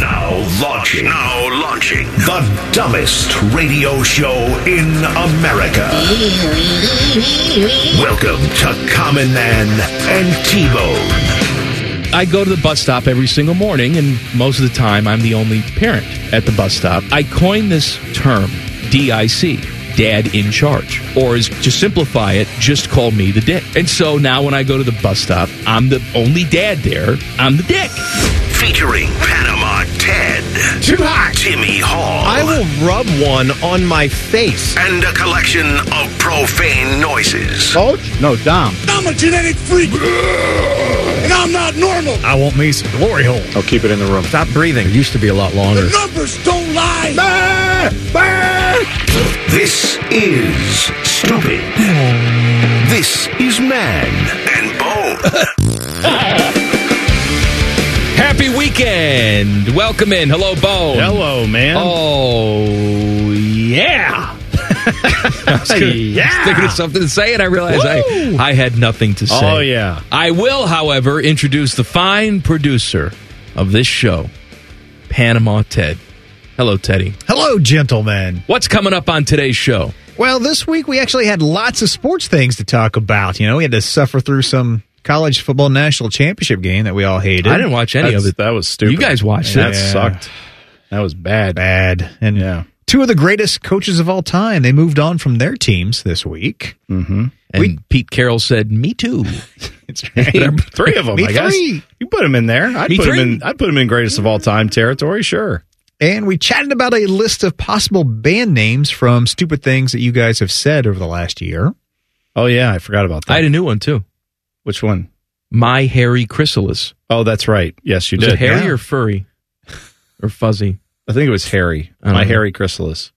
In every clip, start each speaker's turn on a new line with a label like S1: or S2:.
S1: Now launching. Now launching. The dumbest radio show in America. Welcome to Common Man and T-Bone.
S2: I go to the bus stop every single morning, and most of the time I'm the only parent at the bus stop. I coined this term, DIC, Dad in Charge, or is to simplify it, just call me the dick. And so now when I go to the bus stop, I'm the only dad there. I'm the dick.
S1: Featuring Panama Ted.
S3: Too hot.
S1: Timmy Hall.
S3: I will rub one on my face.
S1: And a collection of profane noises.
S3: Coach? No, Dom.
S4: I'm a genetic freak. and I'm not normal.
S5: I want me some glory hole.
S6: Oh,
S7: I'll keep it in the room.
S3: Stop breathing. It used to be a lot longer.
S4: The numbers don't lie.
S1: This is stupid. This is man and bone.
S2: Happy weekend. Welcome in. Hello, Bo.
S5: Hello, man.
S2: Oh, yeah.
S5: yeah.
S2: Thinking of something to say, and I realized I, I had nothing to say.
S5: Oh, yeah.
S2: I will, however, introduce the fine producer of this show, Panama Ted. Hello, Teddy.
S5: Hello, gentlemen.
S2: What's coming up on today's show?
S5: Well, this week we actually had lots of sports things to talk about. You know, we had to suffer through some college football national championship game that we all hated.
S2: I didn't watch any
S6: That's-
S2: of it.
S6: That was stupid.
S2: You guys watched
S6: That
S2: it.
S6: sucked. That was bad.
S5: Bad. And
S6: Yeah.
S5: two of the greatest coaches of all time, they moved on from their teams this week.
S2: And
S5: We-
S2: Pete Carroll said, "Me too."
S5: It's right.
S6: Three of them,
S5: Me
S6: I guess.
S5: three.
S6: You put him in there. I'd
S2: Me
S6: put
S2: three.
S6: him in. I'd put him in greatest of all time territory. Sure.
S5: And we chatted about a list of possible band names from stupid things that you guys have said over the last year.
S6: Oh yeah, I forgot about that.
S2: I had a new one too.
S6: Which one?
S2: My hairy chrysalis.
S6: Oh, that's right. Yes, you
S2: Was
S6: did.
S2: it hairy
S6: Yeah.
S2: or furry or fuzzy?
S6: I think it was Harry.
S2: I don't
S6: My
S2: know.
S6: hairy chrysalis.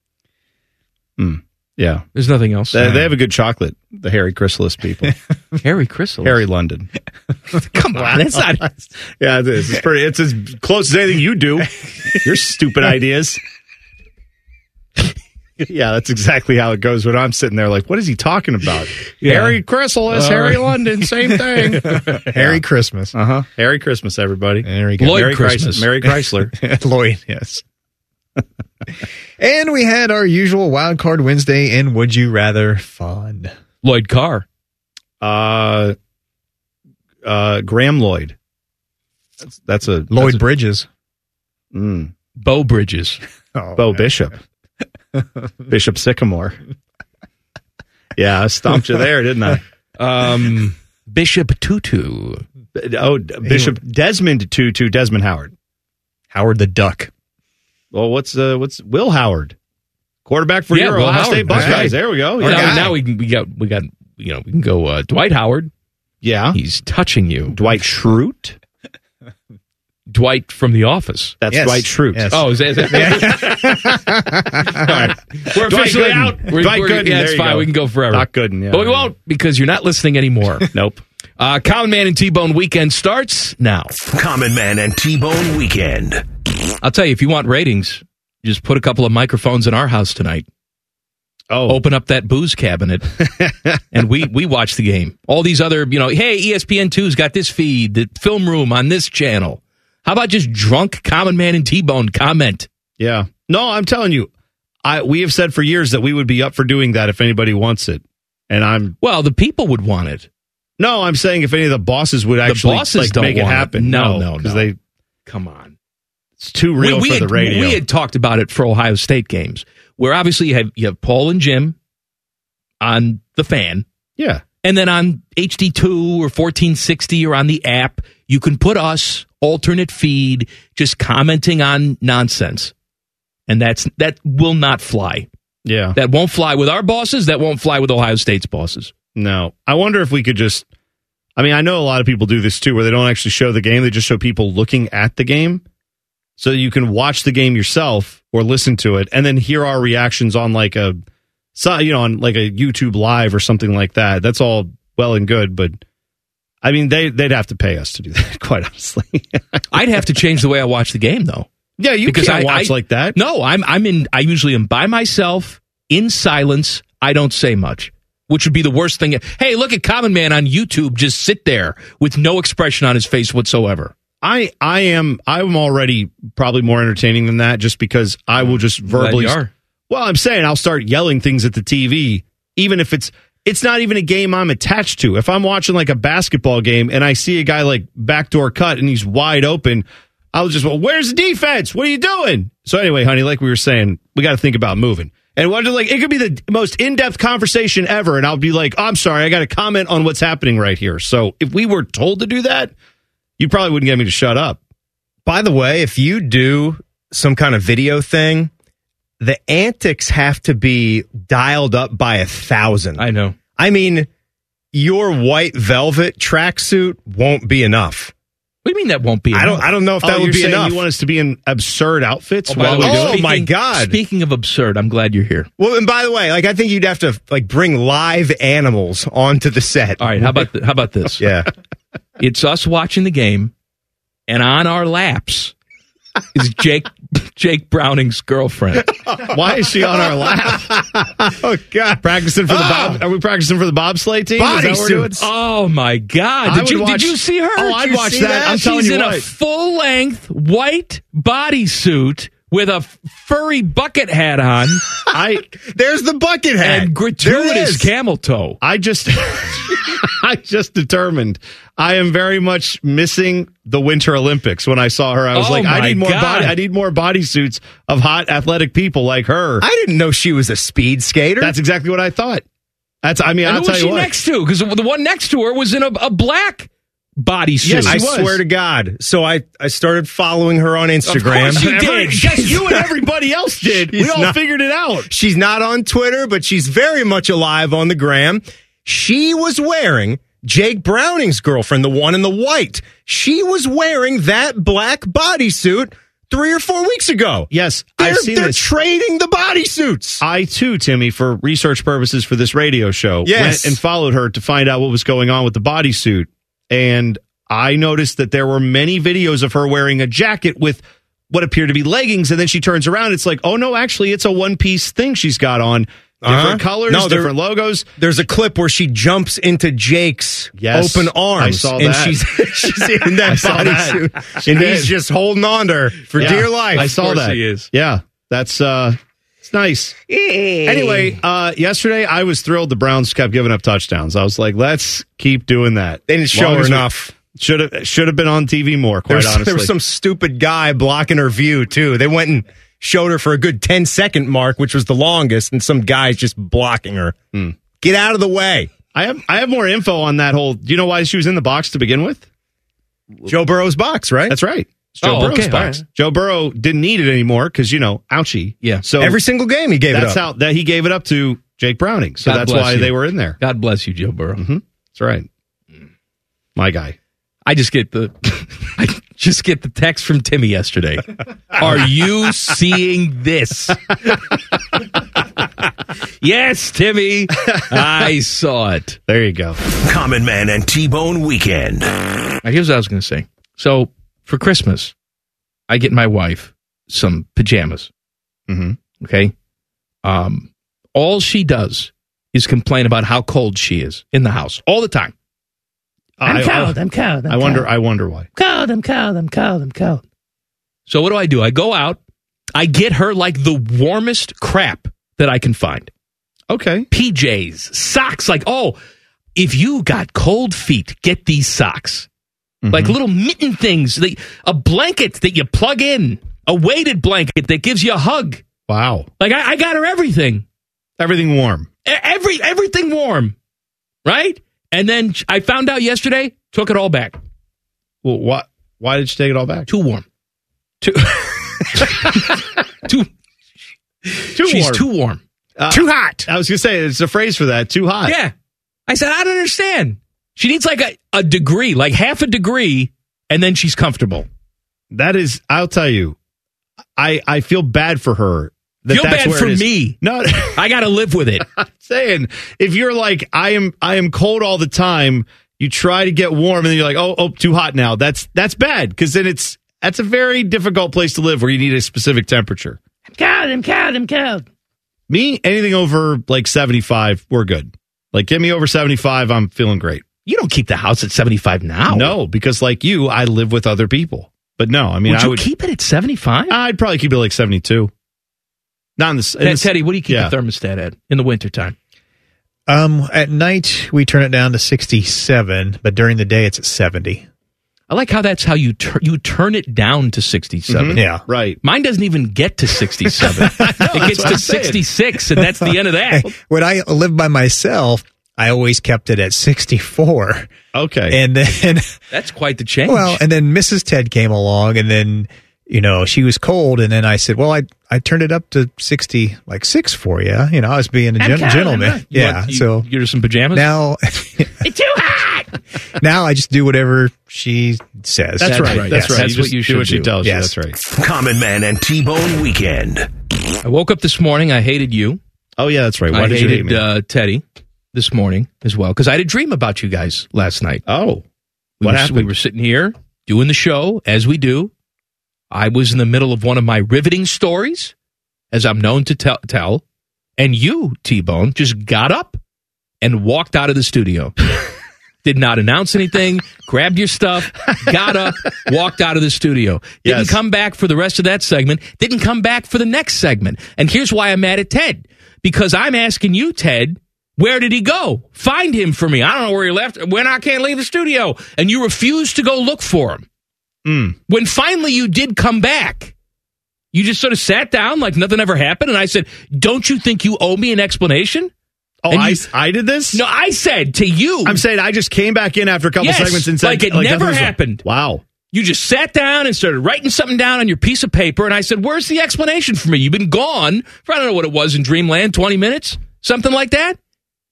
S6: Hmm. Yeah.
S2: There's nothing else.
S6: They, they have a good chocolate. The hairy chrysalis people.
S2: hairy chrysalis.
S6: Harry London.
S2: Come on, that's not.
S6: Yeah, it is. It's pretty. It's as close as anything you do. Your stupid ideas. yeah, that's exactly how it goes. When I'm sitting there, like, what is he talking about? Harry Chrysalis, Harry London, same thing.
S5: Harry Christmas.
S6: uh huh. Harry Christmas, everybody.
S5: There we go.
S2: Lloyd
S6: Merry
S2: Christmas.
S6: Chrysler. Merry Chrysler.
S5: Lloyd, yes. and we had our usual wild card Wednesday and would you rather fun.
S2: Lloyd Carr.
S6: uh, uh, Graham Lloyd. That's that's a
S5: Lloyd Bridges.
S6: That's a, mm,
S2: Bo Bridges.
S5: Oh,
S6: Bo Bishop. Bishop Sycamore. Yeah, I stomped you there, didn't I?
S2: Um, Bishop Tutu.
S6: Oh, Bishop Desmond Tutu, Desmond Howard.
S5: Howard the Duck.
S6: Well, what's uh, what's Will Howard, quarterback for
S2: Yeah,
S6: your
S2: Will
S6: Ohio
S2: Howard.
S6: State
S2: That's
S6: Buckeyes?
S2: right.
S6: There we go.
S2: Well,
S6: Yeah,
S2: now, now we can, we got we got you know we can go uh, Dwight Howard.
S6: yeah.
S2: He's touching you.
S6: Dwight Schrute.
S2: Dwight from The Office.
S6: That's
S5: Yes.
S6: Dwight Schrute.
S5: Yes.
S2: Oh, is that, is that-
S6: All right.
S2: we're
S6: Dwight
S2: officially
S6: Gooden.
S2: out. We're,
S6: Dwight
S2: we're,
S6: Gooden.
S2: Yeah, it's
S6: There you
S2: fine.
S6: go.
S2: We can go forever.
S6: Doc Gooden, yeah.
S2: but we won't because you're not listening anymore.
S6: Nope.
S2: uh, Common Man and T Bone Weekend starts now.
S1: Common Man and T-Bone Weekend.
S2: I'll tell you if you want ratings, just put a couple of microphones in our house tonight.
S6: Oh,
S2: Open up that booze cabinet, and we we watch the game. All these other, you know, hey, E ESPN two's got this feed, the film room on this channel. How about just drunk Common Man and T Bone comment?
S6: yeah. No, I'm telling you, I we have said for years that we would be up for doing that if anybody wants it, and I'm
S2: Well, the people would want it.
S6: no, I'm saying if any of the bosses would actually
S2: bosses
S6: like,
S2: don't
S6: make it
S2: want it.
S6: happen.
S2: No, no,
S6: because
S2: no.
S6: they
S2: Come on,
S6: it's too real for
S2: had,
S6: the radio.
S2: We had talked about it for Ohio State games, where obviously you have you have Paul and Jim on the fan,
S6: yeah,
S2: And then on HD2 or 1460 or on the app, you can put us alternate feed just commenting on nonsense. And that's that will not fly.
S6: yeah.
S2: That won't fly with our bosses, that won't fly with Ohio State's bosses.
S6: No. I wonder if we could just I mean, I know a lot of people do this too where they don't actually show the game, they just show people looking at the game. so you can watch the game yourself or listen to it and then hear our reactions on like a so- you know on like a YouTube live or something like that. That's all well and good, but I mean they they'd have to pay us to do that quite honestly.
S2: I'd have to change the way I watch the game though.
S6: yeah, you
S2: Because
S6: can't
S2: I-
S6: watch
S2: I-
S6: like that.
S2: No, I'm I'm in I usually am by myself in silence. I don't say much. Which would be the worst thing. Hey, look at Common Man on YouTube just sit there with no expression on his face whatsoever.
S6: I I am I'm already probably more entertaining than that just because I will just verbally
S2: Glad you are.
S6: Well, I'm saying I'll start yelling things at the TV, even if it's it's not even a game I'm attached to. If I'm watching like a basketball game and I see a guy like backdoor cut and he's wide open, I'll just well, where's the defense? What are you doing? So anyway, honey, like we were saying, we got to think about moving. And what like it could be the most in depth conversation ever, and I'll be like, I'm sorry, I got to comment on what's happening right here. So if we were told to do that, you probably wouldn't get me to shut up.
S7: By the way, if you do some kind of video thing, the antics have to be dialed up by a thousand.
S2: I know.
S7: I mean, your white velvet tracksuit won't be enough.
S2: What do you mean that won't be?
S7: I don't.
S2: enough?
S7: I don't know if that
S6: oh,
S7: would
S6: you're
S7: be
S6: saying
S7: enough.
S6: You want us to be in absurd outfits
S2: by
S6: while
S2: the
S6: we
S2: way,
S6: do it?
S7: Oh, my God.
S2: Speaking of absurd, I'm glad you're here.
S7: well, and by the way, like I think you'd have to like bring live animals onto the set.
S2: All right, how about th- how about this?
S7: Yeah.
S2: It's us watching the game, and on our laps is Jake Jake Browning's girlfriend.
S6: Why is she on our lap?
S7: oh God.
S6: Practicing for the
S7: Ah.
S6: bob? Are we practicing for the bobsleigh team? Is that what we're doing?
S7: Bodysuits.
S2: Oh my God!
S6: I
S2: Did
S6: would
S2: you
S6: watch-
S2: did you see her?
S6: Oh,
S2: Did
S6: I'd
S2: you
S6: watch
S2: see
S6: that. I'm
S2: She's
S6: telling you
S2: in a
S6: what.
S2: full length white bodysuit with a f- furry bucket hat on
S6: I
S7: There's the bucket head.
S2: and gratuitous camel toe.
S6: I just I just determined I am very much missing the Winter Olympics. When I saw her, I was
S2: Oh,
S6: like, I
S2: my
S6: need more
S2: God.
S6: body. I need more bodysuits of hot athletic people like her.
S7: I didn't know she was a speed skater.
S6: That's exactly what I thought. That's. I mean,
S2: And
S6: I'll
S2: who
S6: tell
S2: was
S6: you
S2: she
S6: what.
S2: next to? Because the one next to her was in a, a black bodysuit.
S6: Yes,
S7: I
S6: she was.
S7: swear to God. So I, I started following her on Instagram.
S2: course you did.
S6: Yes, you and everybody else did. we
S7: She's
S6: all
S7: not-
S6: figured it out.
S7: She's not on Twitter, but she's very much alive on the gram. She was wearing Jake Browning's girlfriend, the one in the white. She was wearing that black bodysuit three or four weeks ago.
S6: Yes,
S7: They're,
S6: I've seen
S7: they're
S6: this.
S7: trading the bodysuits.
S6: I too, Timmy, for research purposes for this radio show, went
S7: Yes.
S6: and followed her to find out what was going on with the bodysuit. And I noticed that there were many videos of her wearing a jacket with what appear to be leggings, and then she turns around. It's like, oh no, actually, it's a one piece thing she's got on. Different
S7: Uh-huh.
S6: colors,
S7: No, they're-
S6: different logos.
S7: There's a clip where she jumps into Jake's
S6: Yes,
S7: open arms.
S6: I saw
S7: and
S6: that.
S7: she's, she's in that
S6: saw that.
S7: bodysuit. And he's just holding on to her for
S6: Yeah,
S7: dear life.
S6: I saw that. Yeah, that's uh, it's nice. Anyway, uh, yesterday I was thrilled the Browns kept giving up touchdowns. I was like, let's keep doing that.
S7: They didn't show
S6: Long
S7: her
S6: as we-
S7: enough.
S6: Should have should have been on TV more. Quite
S7: There was,
S6: honestly,
S7: there was some stupid guy blocking her view, too. They went and showed her for a good 10 second mark, which was the longest, and some guy's just blocking her. Get out of the way.
S6: Hmm. I have I have more info on that whole. Do you know why she was in the box to begin with?
S7: Joe Burrow's box, right?
S6: That's right. It's Joe
S2: Oh,
S6: Burrow's
S2: okay, all
S6: box.
S2: right.
S6: Joe Burrow didn't need it anymore because you know, ouchie.
S2: Yeah.
S6: So
S7: Every single game he gave it
S6: that's
S7: up.
S6: how that he gave it up to Jake Browning. So
S2: God
S6: that's
S2: bless
S6: why
S2: you.
S6: they were in there. Mm-hmm.
S2: God bless you, Joe Burrow.
S6: That's right. My guy.
S2: I just get the I just get the text from Timmy yesterday. Are you seeing this? yes, Timmy. I saw it.
S6: There you go.
S1: Common Man and T Bone Weekend.
S2: Now, here's what I was going to say. So for Christmas, I get my wife some pajamas.
S6: Mhm.
S2: Okay. Um, all she does is complain about how cold she is in the house all the time.
S6: I- I-
S2: I'm cold.
S6: I wonder. I wonder why.
S2: cold, I'm cold, I'm cold, I'm cold. So what do I do? I go out, I get her like the warmest crap that I can find.
S6: Okay.
S2: PJs, socks, like, oh, if you got cold feet, get these socks.
S6: Mm-hmm.
S2: Like little mitten things, like a blanket that you plug in, a weighted blanket that gives you a hug.
S6: Wow.
S2: Like I, I got her everything.
S6: Everything warm.
S2: E- Every everything warm. Right? And then I found out yesterday, took it all back.
S6: Well, why why did she take it all back?
S2: Too warm. Too too
S6: Too
S2: She's too warm.
S6: too hot. I was gonna say it's a phrase for that. Too hot.
S2: Yeah. I said, I don't understand. She needs like a, a degree, like half a degree, and then she's comfortable.
S6: That is, I'll tell you, I I feel bad for her. That
S2: Feel
S6: that's
S2: bad
S6: where
S2: for
S6: it is.
S2: me.
S6: No,
S2: I got to live with it.
S6: I'm saying if you're like I am I am cold all the time, you try to get warm and then you're like, "Oh, oh, too hot now." That's that's bad because then it's that's a very difficult place to live where you need a specific temperature. I'm cold, I'm cold, I'm cold. Me, anything over like 75, we're good. Like get me over 75, I'm feeling great.
S2: You don't keep the house at 75 now.
S6: No, because like you, I live with other people. But no, I mean,
S2: would
S6: I
S2: you
S6: would
S2: keep it at 75?
S6: I'd probably keep it like 72. Not in the, in the
S2: Teddy, what do you keep
S6: yeah.
S2: the thermostat at in the wintertime?
S5: Um, at night we turn it down to sixty-seven, but during the day it's at seventy.
S2: I like how that's how you tur- you turn it down to 67.
S5: Yeah,
S6: Mm-hmm. Right.
S2: Mine doesn't even get to 67. it gets to 66, and that's the end of that.
S5: When I lived by myself, I always kept it at sixty-four,
S6: Okay.
S5: and then
S2: That's quite the change.
S5: Well, and then Mrs. Ted came along, and then you know she was cold, and then I said, "Well, I I turned it up to sixty, like six for you." You know, I was being a gen- gentleman.
S2: You
S5: yeah.
S2: want- you-
S5: so
S2: you're just in pajamas.
S5: now it's too hot. now I just do whatever she says.
S6: that's, right. That's
S2: Yes.
S6: right.
S2: That's
S6: just
S2: what you
S6: do. What
S2: should
S6: she
S2: do.
S6: tells you.
S5: Yes.
S6: That's right.
S1: Common Man and T Bone Weekend.
S2: I woke up this morning. I hated you.
S6: Oh yeah, that's right. Why
S2: I
S6: did
S2: hated
S6: you hate me?
S2: Uh, Teddy this morning as well because I had a dream about you guys last night.
S6: oh,
S2: We were,
S6: What happened?
S2: We were sitting here doing the show as we do. I was in the middle of one of my riveting stories, as I'm known to tell, tell and you, T Bone, just got up and walked out of the studio. Did not announce anything, grabbed your stuff, got up, walked out of the studio. Didn't
S6: Yes.
S2: come back for the rest of that segment, didn't come back for the next segment. And here's why I'm mad at Ted because I'm asking you, Ted, where did he go? Find him for me. I don't know where he left. When I can't leave the studio, and you refuse to go look for him.
S6: Mm.
S2: When finally you did come back, you just sort of sat down like nothing ever happened. And I said, "Don't you think you owe me an explanation?"
S6: oh,
S2: and
S6: I
S2: you-
S6: I did this.
S2: No, I said to you,
S6: I'm saying I just came back in after a couple
S2: Yes,
S6: segments and said
S2: like it never
S6: nothing was-
S2: happened.
S6: Wow.
S2: you just sat down and started writing something down on your piece of paper. And I said, "Where's the explanation for me? You've been gone for I don't know what it was in Dreamland, twenty minutes, something like that."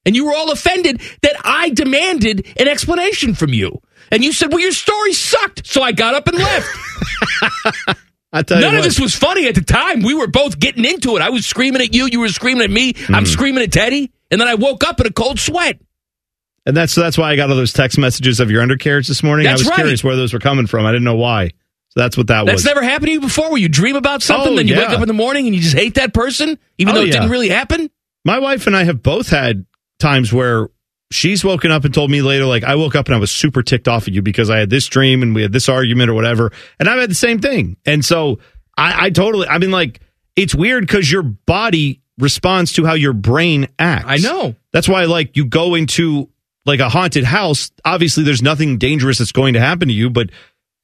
S2: And you were all offended that I demanded an explanation from you. And you said, "Well, your story sucked," so I got up and left.
S6: I tell
S2: None
S6: you
S2: of
S6: what,
S2: this was funny at the time. We were both getting into it. I was screaming at you. You were screaming at me.
S6: Hmm.
S2: I'm screaming at Teddy. And then I woke up in a cold sweat.
S6: and that's that's why I got all those text messages of your undercarriage this morning.
S2: That's
S6: I was
S2: right.
S6: curious where those were coming from. I didn't know why. So that's what that
S2: That's
S6: was.
S2: never happened to you before where you dream about something,
S6: Oh,
S2: then you
S6: yeah.
S2: wake up in the morning and you just hate that person, even
S6: Oh,
S2: though it
S6: yeah.
S2: didn't really happen.
S6: My wife and I have both had times where she's woken up and told me later, like, I woke up and I was super ticked off at you because I had this dream and we had this argument or whatever. And I've had the same thing. And so I, I totally, I mean, like, it's weird because your body responds to how your brain acts.
S2: I know.
S6: That's why, like, you go into like a haunted house. Obviously, there's nothing dangerous that's going to happen to you, but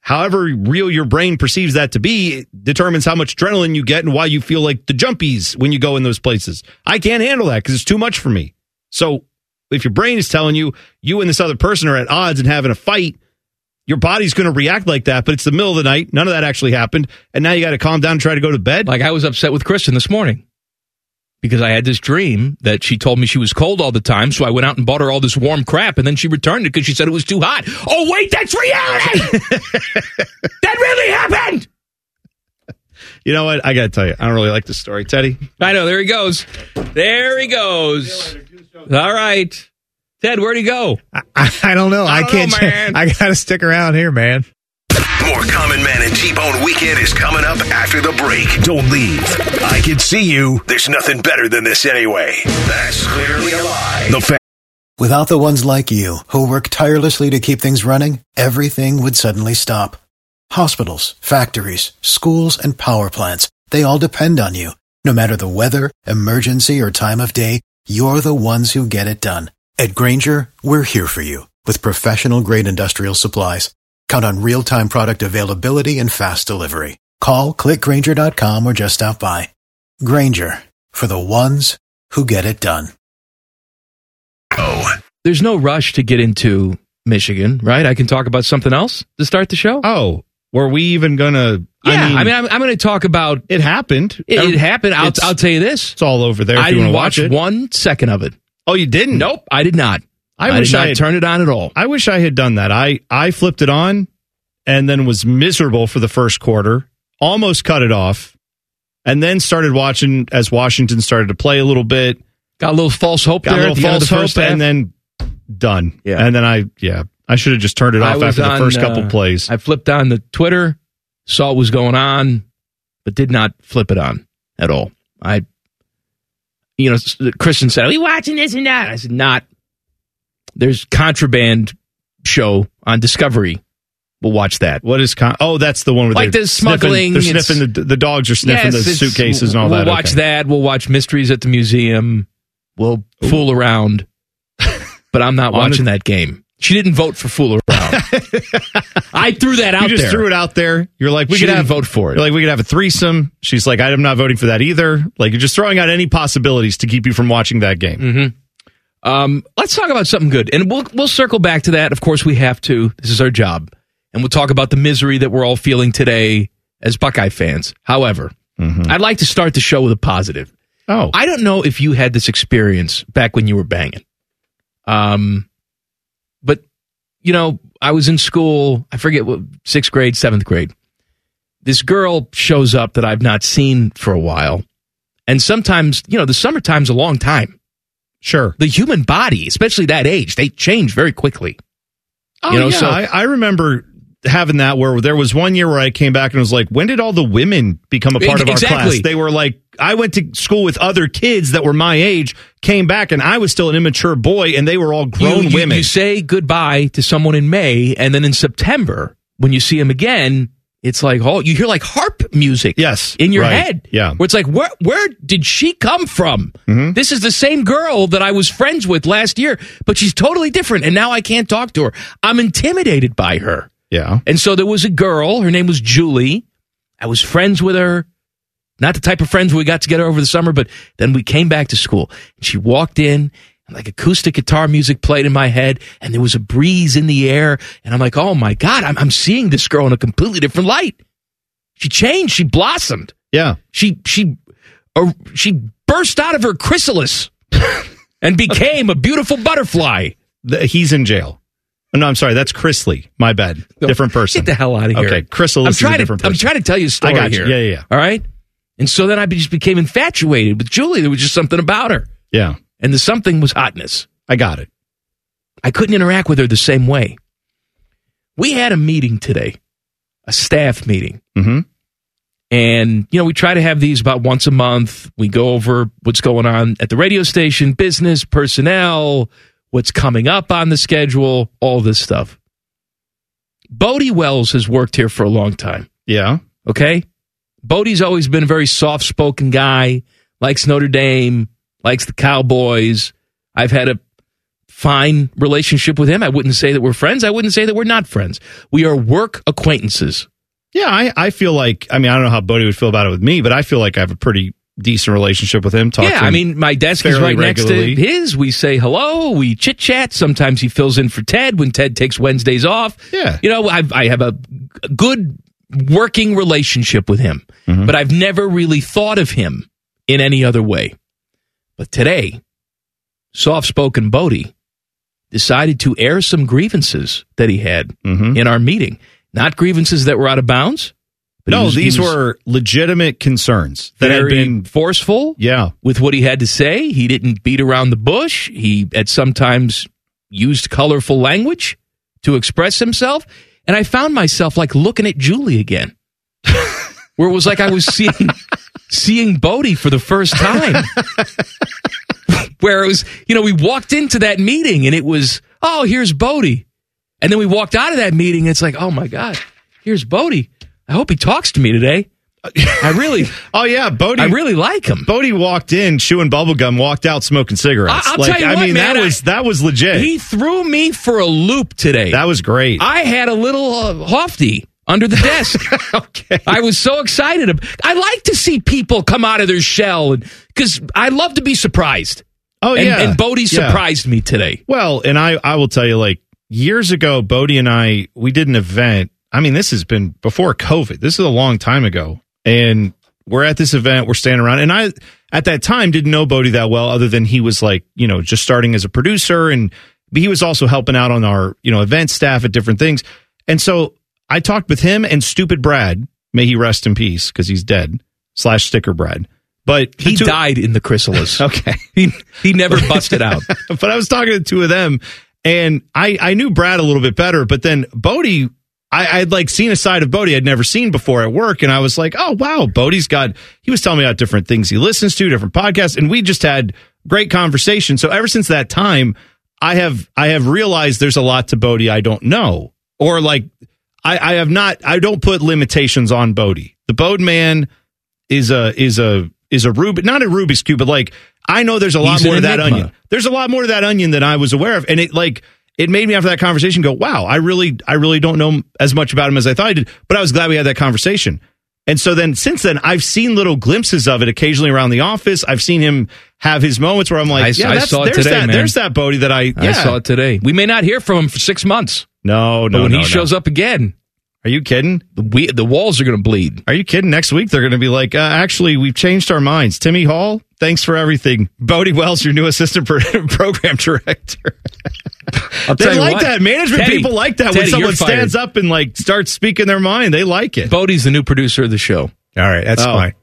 S6: however real your brain perceives that to be it determines how much adrenaline you get and why you feel like the jumpies when you go in those places. I can't handle that because it's too much for me. So if your brain is telling you you and this other person are at odds and having a fight, your body's going to react like that. But it's the middle of the night. None of that actually happened, and now you got to calm down and try to go to bed.
S2: Like I was upset with Kristen this morning because I had this dream that she told me she was cold all the time, so I went out and bought her all this warm crap, and then she returned it because she said it was too hot. Oh wait, that's reality. that really happened.
S6: you know what? I got to tell you, I don't really like this story, Teddy.
S2: I know. There he goes. There he goes. All right, Ted, where'd he go?
S5: I, I, I don't know. I,
S2: don't
S5: can't.
S2: know,
S5: ch-
S2: man.
S5: I gotta stick around here, man.
S1: More Common Man and T Bone Weekend is coming up after the break. Don't leave. I can see you. There's nothing better than this anyway. That's clearly a lie. The fa-
S8: Without the ones like you, who work tirelessly to keep things running, everything would suddenly stop. Hospitals, factories, schools, and power plants, they all depend on you. No matter the weather, emergency, or time of day, you're the ones who get it done. At Granger, we're here for you with professional grade industrial supplies. Count on real time product availability and fast delivery. Call clickgranger.com or just stop by. Granger for the ones who get it done.
S2: There's no rush to get into Michigan, right? I can talk about something else to start the show.
S6: Oh, were we even gonna?
S2: yeah, I mean, I am I'm going to talk about
S6: it happened.
S2: it, it happened. I'll,
S6: It's-
S2: I'll tell you this.
S6: It's all over there. If
S2: I
S6: you
S2: didn't
S6: wanna
S2: watch
S6: watch it.
S2: one second of it.
S6: Oh, you didn't?
S2: Nope, I did not.
S6: I
S2: I,
S6: wish
S2: did not
S6: I had-
S2: turn it on at all.
S6: I wish I had done that. I I flipped it on and then was miserable for the first quarter almost cut it off, and then started watching as Washington started to play a little bit.
S2: Got a little false hope
S6: Got
S2: there
S6: a
S2: at the
S6: little
S2: end of
S6: false
S2: the first
S6: hope,
S2: half.
S6: and then done.
S2: Yeah.
S6: And then I, yeah, I should have just turned it
S2: I
S6: off
S2: was
S6: after the
S2: on,
S6: first couple
S2: uh,
S6: plays.
S2: I flipped on the Twitter, saw what was going on, but did not flip it on at all. I, you know, s- Kristen said, "Are we watching this or not?" I said, "Not." There's contraband show on Discovery. We'll watch that.
S6: What is con- oh, that's the one where
S2: Like
S6: they're
S2: the
S6: sniffing-
S2: smuggling,
S6: They're
S2: it's-
S6: sniffing the, the dogs are sniffing the
S2: it's-
S6: suitcases and all
S2: we'll
S6: that.
S2: We'll watch
S6: Okay.
S2: that. We'll watch Mysteries at the Museum. We'll fool around. but I'm not
S6: On
S2: watching that game. She didn't vote for fool around. I threw that out
S6: You just
S2: there.
S6: threw it out there. You're like, we
S2: She
S6: could
S2: didn't
S6: have
S2: vote for it.
S6: You're like, we could have a threesome. She's like, I'm not voting for that either. Like, you're just throwing out any possibilities to keep you from watching that
S2: Mm.
S6: game.
S2: Um, let's talk about something good, and we'll we'll circle back to that. Of course, we have to. This is our job, and we'll talk about the misery that we're all feeling today as Buckeye fans. However, I'd like to start the show with a positive.
S6: Oh,
S2: I don't know if you had this experience back when you were banging, um, but you know, I was in school. I forget what sixth grade, seventh grade. This girl shows up that I've not seen for a while, and sometimes you know the summertime's a long time
S6: sure.
S2: the human body, especially that age, they change very quickly.
S6: Oh,
S2: You know,
S6: yeah.
S2: so-
S6: I, I remember having that where there was one year where I came back and was like, when did all the women become a part of our
S2: Exactly.
S6: class? They were like, I went to school with other kids that were my age, came back, and I was still an immature boy, and they were all grown
S2: you, you-
S6: women.
S2: You say goodbye to someone in May, and then in September, when you see him again, it's like oh, you hear like harp music.
S6: Yes,
S2: in your
S6: right,
S2: head.
S6: yeah. Mm-hmm.
S2: where it's like where where did she come from? This is the same girl that I was friends with last year, but she's totally different, and now I can't talk to her. I'm intimidated by her.
S6: yeah.
S2: And so there was a girl, her name was Julie. I was friends with her. Not the type of friends we got together over the summer, but then we came back to school. She walked in and like acoustic guitar music played in my head and there was a breeze in the air. And I'm like, oh my God, I'm, I'm seeing this girl in a completely different light. She changed. She blossomed.
S6: Yeah.
S2: She, she, or she burst out of her chrysalis and became a beautiful butterfly.
S6: The, he's in jail. Oh, No, I'm sorry. That's Chrisley. My bad. Different person.
S2: Get the hell out of here.
S6: Okay, Crystal
S2: I'm
S6: is a
S2: trying
S6: different
S2: to, I'm
S6: person.
S2: trying to tell you a story
S6: I got you.
S2: here.
S6: Yeah, yeah, yeah.
S2: All right. And so then I be- just became infatuated with Julie. There was just something about her,
S6: Yeah.
S2: and the something was hotness.
S6: I got it.
S2: I couldn't interact with her the same way. We had a meeting today, a staff meeting.
S6: Mhm.
S2: And, you know, we try to have these about once a month. We go over what's going on at the radio station, business, personnel, what's coming up on the schedule, all this stuff. Bodie Wells has worked here for a long time
S6: Yeah.
S2: okay? Bodie's always been a very soft spoken guy, likes Notre Dame, likes the Cowboys. I've had a fine relationship with him. I wouldn't say that we're friends. I wouldn't say that we're not friends. We are work acquaintances.
S6: Yeah. I, I feel like, I mean, I don't know how Bodie would feel about it with me, but I feel like I have a pretty decent relationship with him. Talk to
S2: yeah,
S6: him.
S2: I mean, my desk is
S6: fairly
S2: right
S6: regularly.
S2: next to his. We say hello, we chit chat. Sometimes he fills in for Ted when Ted takes Wednesdays off.
S6: Yeah.
S2: You know, I've, I have a good working relationship with him,
S6: Mm-hmm.
S2: but I've never really thought of him in any other way. But today, soft spoken Bodie decided to air some grievances that he had
S6: Mm-hmm.
S2: in our meeting. Not grievances that were out of bounds. but he
S6: no,
S2: was- he
S6: these
S2: was
S6: were legitimate concerns that had
S2: very
S6: been,
S2: forceful
S6: yeah.
S2: with what he had to say. He didn't beat around the bush. He at sometimes used colorful language to express himself. And I found myself like looking at Julie again, where it was like I was seeing seeing Bodie for the first time. where it was, you know, we walked into that meeting and it was, oh, here's Bodie. And then we walked out of that meeting. And it's like, oh my God, here's Bodie. I hope he talks to me today. I really,
S6: Oh, yeah. Bodie.
S2: I really like him.
S6: Bodie walked in chewing bubblegum, walked out smoking cigarettes.
S2: I- I'll
S6: like,
S2: tell you
S6: I
S2: what,
S6: mean,
S2: man,
S6: that
S2: I-
S6: was that was legit.
S2: He threw me for a loop today.
S6: that was great.
S2: I had a little uh, hofty under the desk.
S6: okay.
S2: I was so excited. ab- I like to see people come out of their shell because I love to be surprised.
S6: oh,
S2: and,
S6: yeah.
S2: and Bodie
S6: Yeah.
S2: surprised me today.
S6: Well, and I, I will tell you, like years ago, Bodie and I, we did an event. I mean, this has been before COVID. This is a long time ago. And we're at this event, we're standing around. And I, at that time, didn't know Bodie that well, other than he was like, you know, just starting as a producer. And but he was also helping out on our, you know, event staff at different things. And so I talked with him and Stupid Brad, May he rest in peace because he's dead. Slash sticker bread. But the
S2: He
S6: two-
S2: died in the chrysalis.
S6: Okay.
S2: He he never busted out.
S6: but I was talking to the two of them, and I I knew Brad a little bit better, but then Bodie. I, I'd like seen a side of Bodie I'd never seen before at work, and I was like, "Oh wow, Bodie's got." He was telling me about different things he listens to, different podcasts, and we just had great conversation. So ever since that time, I have I have realized there's a lot to Bodie I don't know, or like I, I have not I don't put limitations on Bodie. The Bode man is a is a is a Rubik not a Rubik's cube, but like I know there's a lot
S2: He's
S6: more
S2: an
S6: to that
S2: enigma.
S6: onion. There's a lot more to that onion than I was aware of, and it like it made me after that conversation go, wow, I really I really don't know as much about him as I thought I did. But I was glad we had that conversation. And so then since then I've seen little glimpses of it occasionally around the office. I've seen him have his moments where I'm like,
S2: I-
S6: yeah,
S2: I
S6: that's,
S2: saw it
S6: there's
S2: today,
S6: that
S2: man.
S6: there's that Bodie that I yeah.
S2: I saw it today. We may not hear from him for six months,
S6: No,
S2: but
S6: no,
S2: when
S6: no,
S2: he
S6: no.
S2: shows up again,
S6: Are you kidding?
S2: the we, the walls are going to bleed.
S6: Are you kidding? Next week they're going to be like, uh, actually, we've changed our minds. Timmy Hall, thanks for everything. Bodie Wells, your new assistant pro- program director.
S2: tell
S6: they
S2: you
S6: like
S2: what.
S6: that. Management
S2: Teddy,
S6: people like that
S2: Teddy,
S6: when someone
S2: you're fired.
S6: stands up and like starts speaking their mind. They like it.
S2: Bodie's the new producer of the show.
S5: All right, that's
S6: Oh.
S5: fine.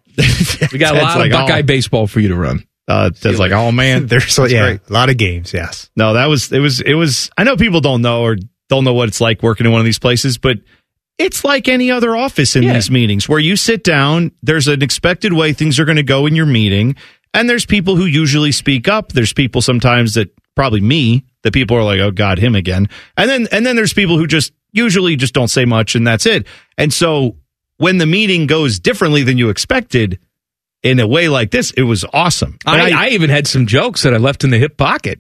S2: We got a
S6: That's
S2: lot
S6: like,
S2: of Buckeye
S6: oh.
S2: baseball for you to run.
S6: Uh, that's like, oh man,
S5: There's a,
S6: That's
S5: yeah,
S6: great.
S5: a lot of games. Yes,
S6: No, that was it was it was I know people don't know or don't know what it's like working in one of these places, but it's like any other office in
S2: Yeah.
S6: these meetings where you sit down, there's an expected way things are going to go in your meeting, and there's people who usually speak up. There's people sometimes that probably me, that people are like, "Oh god, him again." And then and then there's people who just usually just don't say much and that's it. And so when the meeting goes differently than you expected in a way like this, it was awesome. And
S2: I, I even had some jokes that I left in the hip pocket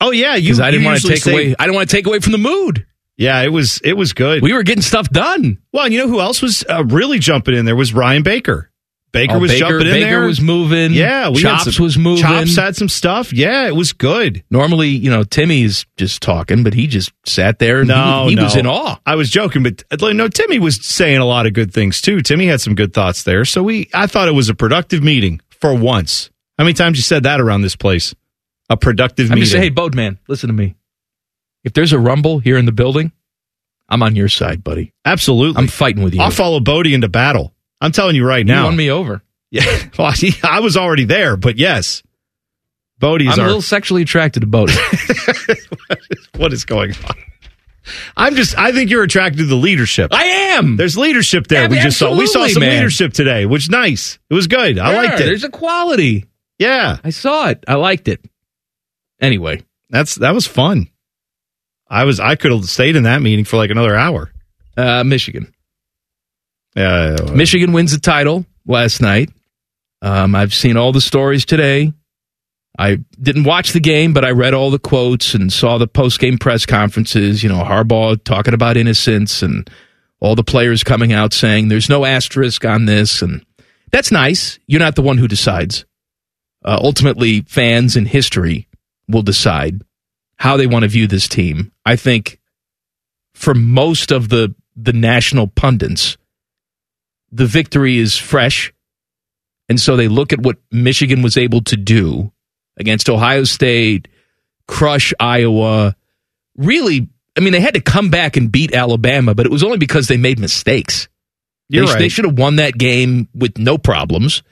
S6: oh yeah, you
S2: because I didn't
S6: you
S2: want to
S6: usually
S2: take
S6: say-
S2: away. I didn't want to take away from the mood.
S6: Yeah, it was it was good.
S2: We were getting stuff done.
S6: well, and you know who else was uh, really jumping in there was Ryan Baker. Baker
S2: Oh,
S6: was jumping in
S2: Baker
S6: there.
S2: was moving.
S6: yeah, we had
S2: Chops
S6: some-
S2: was moving.
S6: Chops had some stuff. Yeah, it was good.
S2: Normally, you know, Timmy's just talking, but he just sat there and
S6: No,
S2: he, he
S6: Oh, no.
S2: was in awe.
S6: I was joking, but uh, no, Timmy was saying a lot of good things too. Timmy had some good thoughts there, so we I thought it was a productive meeting for once. How many times you said that around this place? A productive
S2: I'm
S6: meeting.
S2: just saying, hey, Bodeman, listen to me. If there's a rumble here in the building, I'm on your side, buddy.
S6: Absolutely,
S2: I'm fighting with you.
S6: I'll follow Bodie into battle. I'm telling you right
S2: you
S6: now.
S2: won me over.
S6: Yeah, well, see, I was already there, but yes, Bodie's
S2: I'm
S6: our,
S2: a little sexually attracted to Bodie.
S6: what is going on? I'm just. I think you're attracted to the leadership.
S2: I am.
S6: There's leadership there.
S2: Yeah,
S6: we just saw. We saw
S2: absolutely,
S6: some
S2: man.
S6: leadership today, which is nice. It was good. I
S2: There,
S6: liked it.
S2: There's a quality.
S6: Yeah,
S2: I saw it. I liked it. Anyway,
S6: that's that was fun. I was. I could have stayed in that meeting for like another hour.
S2: uh, Michigan.
S6: Yeah,
S2: Michigan wins the title last night. Um, I've seen all the stories today. I didn't watch the game, but I read all the quotes and saw the post game press conferences. You know, Harbaugh talking about innocence and all the players coming out saying there's no asterisk on this. And that's nice. You're not the one who decides. Uh, ultimately, fans and history will decide how they want to view this team. I think for most of the, the national pundits, the victory is fresh. And so they look at what Michigan was able to do against Ohio State, crush Iowa. Really, I mean, they had to come back and beat Alabama, but it was only because they made mistakes.
S6: You're
S2: they, sh-
S6: right.
S2: they should have won that game with no problems.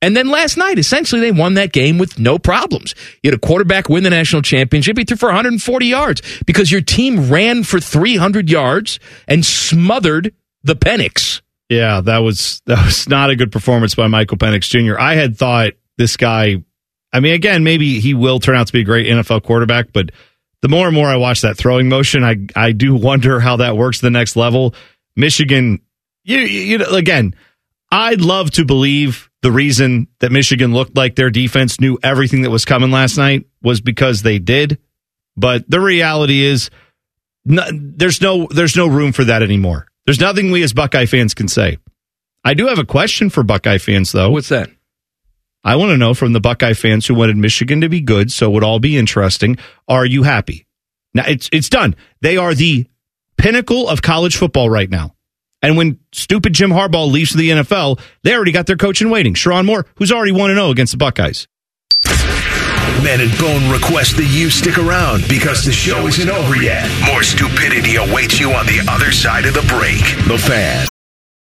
S2: And then last night, essentially, they won that game with no problems. You had a quarterback win the national championship. He threw for 140 yards because your team ran for 300 yards and smothered the Penix.
S6: yeah. That was that was not a good performance by Michael Penix Jr. I had thought this guy. I mean, again, maybe he will turn out to be a great NFL quarterback, but the more and more I watch that throwing motion, I I do wonder how that works the next level. Michigan, you you know, again, I'd love to believe the reason that Michigan looked like their defense knew everything that was coming last night was because they did, but the reality is, no, there's no there's no room for that anymore. There's nothing we as Buckeye fans can say. I do have a question for Buckeye fans though.
S2: What's that?
S6: I want to know from the Buckeye fans who wanted Michigan to be good, so it would all be interesting. Are you happy? Now it's it's done. They are the pinnacle of college football right now. And when stupid Jim Harbaugh leaves for the NFL, they already got their coach in waiting, Sharon Moore, who's already 1 0 against the Buckeyes.
S1: Man and Bone request that you stick around because the show isn't over yet. More stupidity awaits you on the other side of the break. The Fan.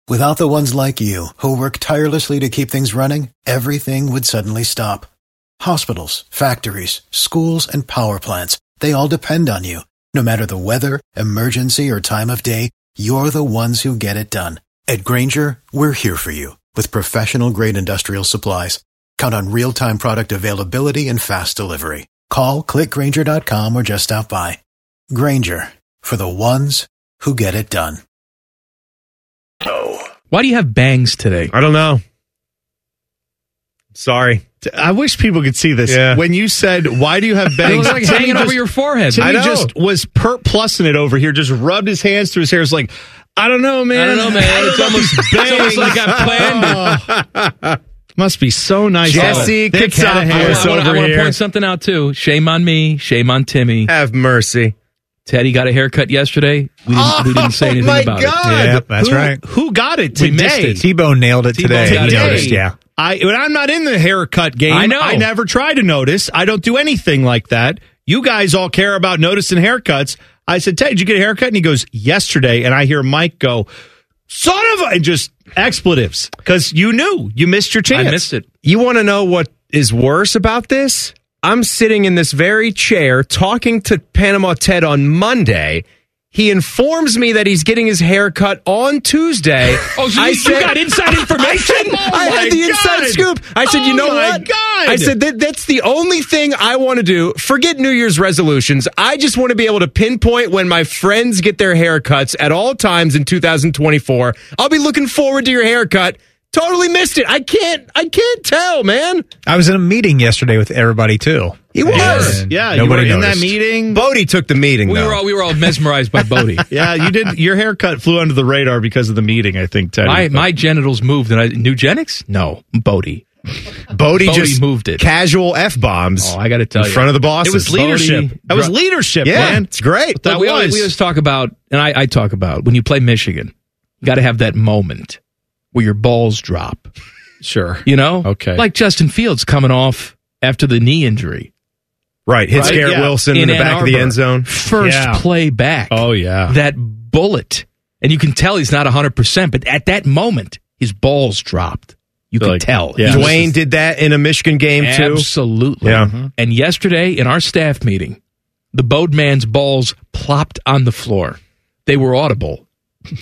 S8: Without the ones like you, who work tirelessly to keep things running, everything would suddenly stop. Hospitals, factories, schools, and power plants, they all depend on you. No matter the weather, emergency, or time of day, you're the ones who get it done. At Granger, we're here for you with professional grade industrial supplies. Count on real time product availability and fast delivery. Call clickgranger.com or just stop by. Granger for the ones who get it done.
S2: Why do you have bangs today?
S7: I don't know. Sorry.
S6: I wish people could see this.
S7: Yeah.
S6: When you said, "Why do you have
S2: It
S6: bangs?"
S2: looks like
S6: Timmy
S2: hanging
S6: just-
S2: over your forehead.
S6: Timmy
S7: I know.
S6: just was perplexing it over here. Just rubbed his hands through his hair. It's like, I don't know, man.
S2: I don't know, man. It's almost, it's almost like I planned it.
S6: Must be so nice.
S7: Jesse
S6: Oh, thick head of
S7: Katsopoulos
S2: I
S6: hair.
S7: Harris
S2: wanna- I
S7: over
S2: wanna
S7: here.
S2: point something out too. Shame on me. Shame on Timmy.
S7: Have mercy. Oh
S2: Teddy got a haircut yesterday. We didn't, we didn't say anything
S7: my
S2: about
S7: God.
S2: it.
S5: Yep, that's
S6: Who-
S5: right.
S6: Who got it
S2: We missed
S6: today?
S2: it.
S5: T Bone nailed it
S2: T-Bone
S5: today.
S2: got it.
S5: I noticed, yeah.
S6: I when I'm not in the haircut game.
S2: I know.
S6: I never try to notice. I don't do anything like that. You guys all care about noticing haircuts. I said, Ted, did you get a haircut? And he goes, yesterday. And I hear Mike go, son of a, and just expletives. Because you knew you missed your chance.
S2: I missed it.
S7: You want to know what is worse about this? I'm sitting in this very chair talking to Panama Ted on Monday. He informs me that he's getting his hair cut on Tuesday.
S2: Oh, so you, you
S7: said-
S2: got inside information? Oh,
S7: I had the inside scoop. I said, you
S6: Oh
S7: know
S6: my
S7: what?
S6: God.
S7: I said that that's the only thing I want to do. Forget New Year's resolutions. I just want to be able to pinpoint when my friends get their haircuts at all times in 2024. I'll be looking forward to your haircut. Totally missed it. I can't. I can't tell, man.
S5: I was in a meeting yesterday with everybody too.
S7: He was.
S5: And
S6: Yeah,
S5: nobody
S6: you were in
S5: noticed.
S6: that meeting.
S7: Bodie took the meeting.
S2: We
S7: though.
S2: were all we were all mesmerized by Bodie.
S6: yeah, you did. Your haircut flew under the radar because of the meeting. I think Ted.
S2: My my genitals moved, and I nugenics? No, Bodie.
S7: Bodie,
S2: Bodie
S7: just
S2: moved it.
S7: Casual f bombs.
S2: Oh, I got to tell
S7: in
S2: you,
S7: front of the bosses.
S6: it was leadership.
S2: Bodie-
S6: that was leadership.
S7: Yeah,
S6: man.
S7: it's great.
S6: That
S2: Look, we,
S6: was.
S2: Always, we always talk about, and I, I talk about when you play Michigan, you got to have that moment where your balls drop.
S7: Sure.
S2: You know,
S6: Okay.
S2: like Justin Fields coming off after the knee injury,
S7: Right. Hits
S6: Right,
S7: Garrett
S6: yeah.
S7: Wilson in,
S2: In
S7: the
S2: Ann
S7: back of the
S2: Arbor.
S7: end zone.
S2: first
S6: Yeah.
S2: play back.
S6: oh yeah.
S2: that bullet, and you can tell he's not hundred percent, but at that moment, his balls dropped. You can
S6: Like,
S2: tell.
S6: yeah.
S2: He was
S7: Dwayne did that in a Michigan game too.
S2: Absolutely.
S7: Yeah.
S6: Mm-hmm.
S2: And yesterday in our staff meeting, the Bodeman's balls plopped on the floor. They were audible,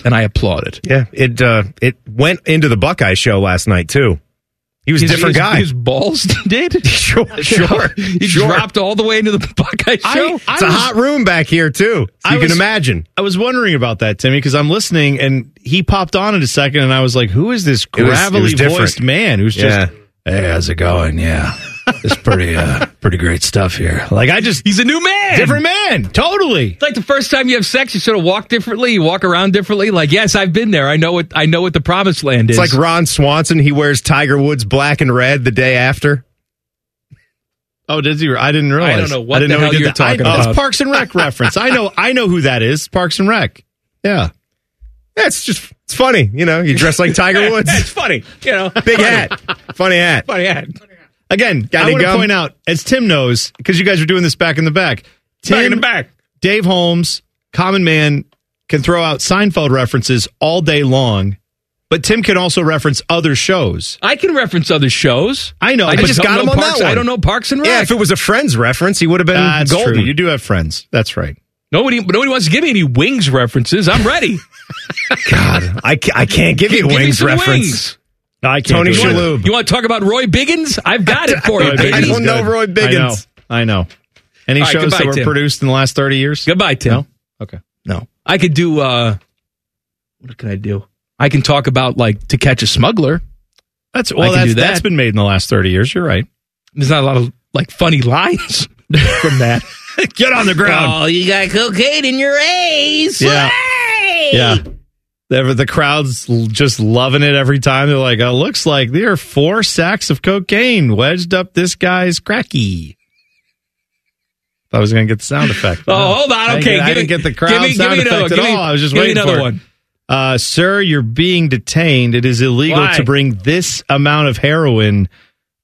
S2: and I applauded.
S7: Yeah, it uh, it went into the Buckeye show last night too. He was a different
S2: his,
S7: guy.
S2: His balls did.
S7: sure, sure,
S2: he
S7: sure.
S2: dropped all the way into the Buckeye show.
S6: I
S7: it's a
S6: was-
S7: hot room back here too. So
S6: I
S7: you
S6: was-
S7: can imagine.
S6: I was wondering about that, Timmy, because I'm listening and he popped on in a second, and I was like, "Who is this
S7: It was- it was
S6: gravelly voiced
S7: different.
S6: man who's just
S2: hey, how's it going? Yeah, it's pretty, uh, pretty great stuff here.
S6: like I just
S2: He's a new man.
S6: different man, totally."
S2: It's like the first time you have sex, you sort of walk differently, you walk around differently. Like, yes, I've been there. I know what I know what the promised land is.
S7: It's like Ron Swanson. He wears Tiger Woods black and red the day after.
S6: Oh, did you? I didn't realize.
S2: I don't know what
S6: I didn't
S2: the
S6: know
S2: hell
S6: he did
S2: you're
S6: that. I-
S2: talking
S6: oh,
S2: about.
S6: It's Parks and Rec reference. I know. I know who that is. Parks and Rec. Yeah.
S7: Yeah, it's just it's funny. You know, you dress like Tiger Woods.
S2: funny, you know.
S7: Big hat, funny hat.
S2: Funny hat.
S6: Again,
S7: Got
S6: I
S7: any
S6: want to
S7: gum?
S6: point out, as Tim knows, because you guys are doing this back in the back. Tim,
S2: in the back.
S6: Dave Holmes, Common Man, can throw out Seinfeld references all day long, but Tim can also reference other shows.
S2: I can reference other shows.
S6: I know.
S2: I
S6: but
S2: just
S6: don't
S2: got
S6: know
S2: him on
S6: Parks-
S2: that one. I don't know Parks and Rec.
S7: Yeah, if it was a Friends reference, he would have been
S6: That's
S7: golden.
S6: true. You do have friends. That's right.
S2: nobody, nobody wants to give me any Wings references. I'm ready.
S7: God, I, ca- I can't give you
S2: give me
S7: Wings
S2: some
S7: reference.
S2: Wings.
S6: I
S7: Tony
S2: You
S7: Shalhoub.
S2: want, you want to talk about Roy Biggins? I've got it for you,
S7: I
S2: baby.
S7: don't know Roy Biggins.
S6: I know. I know. Any
S2: All right,
S6: shows
S2: goodbye,
S6: that were
S2: Tim.
S6: produced in the last thirty years?
S2: Goodbye, Tim.
S6: No? Okay.
S2: No. I could do uh what can I do? I can talk about like to catch a smuggler.
S6: That's
S2: I
S6: well.
S2: can
S6: That's,
S2: do that.
S6: that's been made in the last thirty years. You're right.
S2: There's not a lot of like funny lines from that. Oh,
S6: Get on the ground.
S2: you got cocaine in your A's.
S6: Yeah. Yeah. The, the crowd's l- just loving it every time. They're like, oh, looks like there are four sacks of cocaine wedged up this guy's cracky. I was going to get the sound effect.
S2: Oh, hold on.
S6: I
S2: Okay,
S6: didn't-
S2: give
S6: I,
S2: me-
S6: didn't get the crowd
S2: give me- give
S6: sound
S2: me another
S6: effect
S2: one.
S6: at
S2: Give me-
S6: all. I was just
S2: give me
S6: waiting
S2: another
S6: for it.
S2: one.
S6: Uh, sir, you're being detained. It is illegal
S2: Why?
S6: to bring this amount of heroin,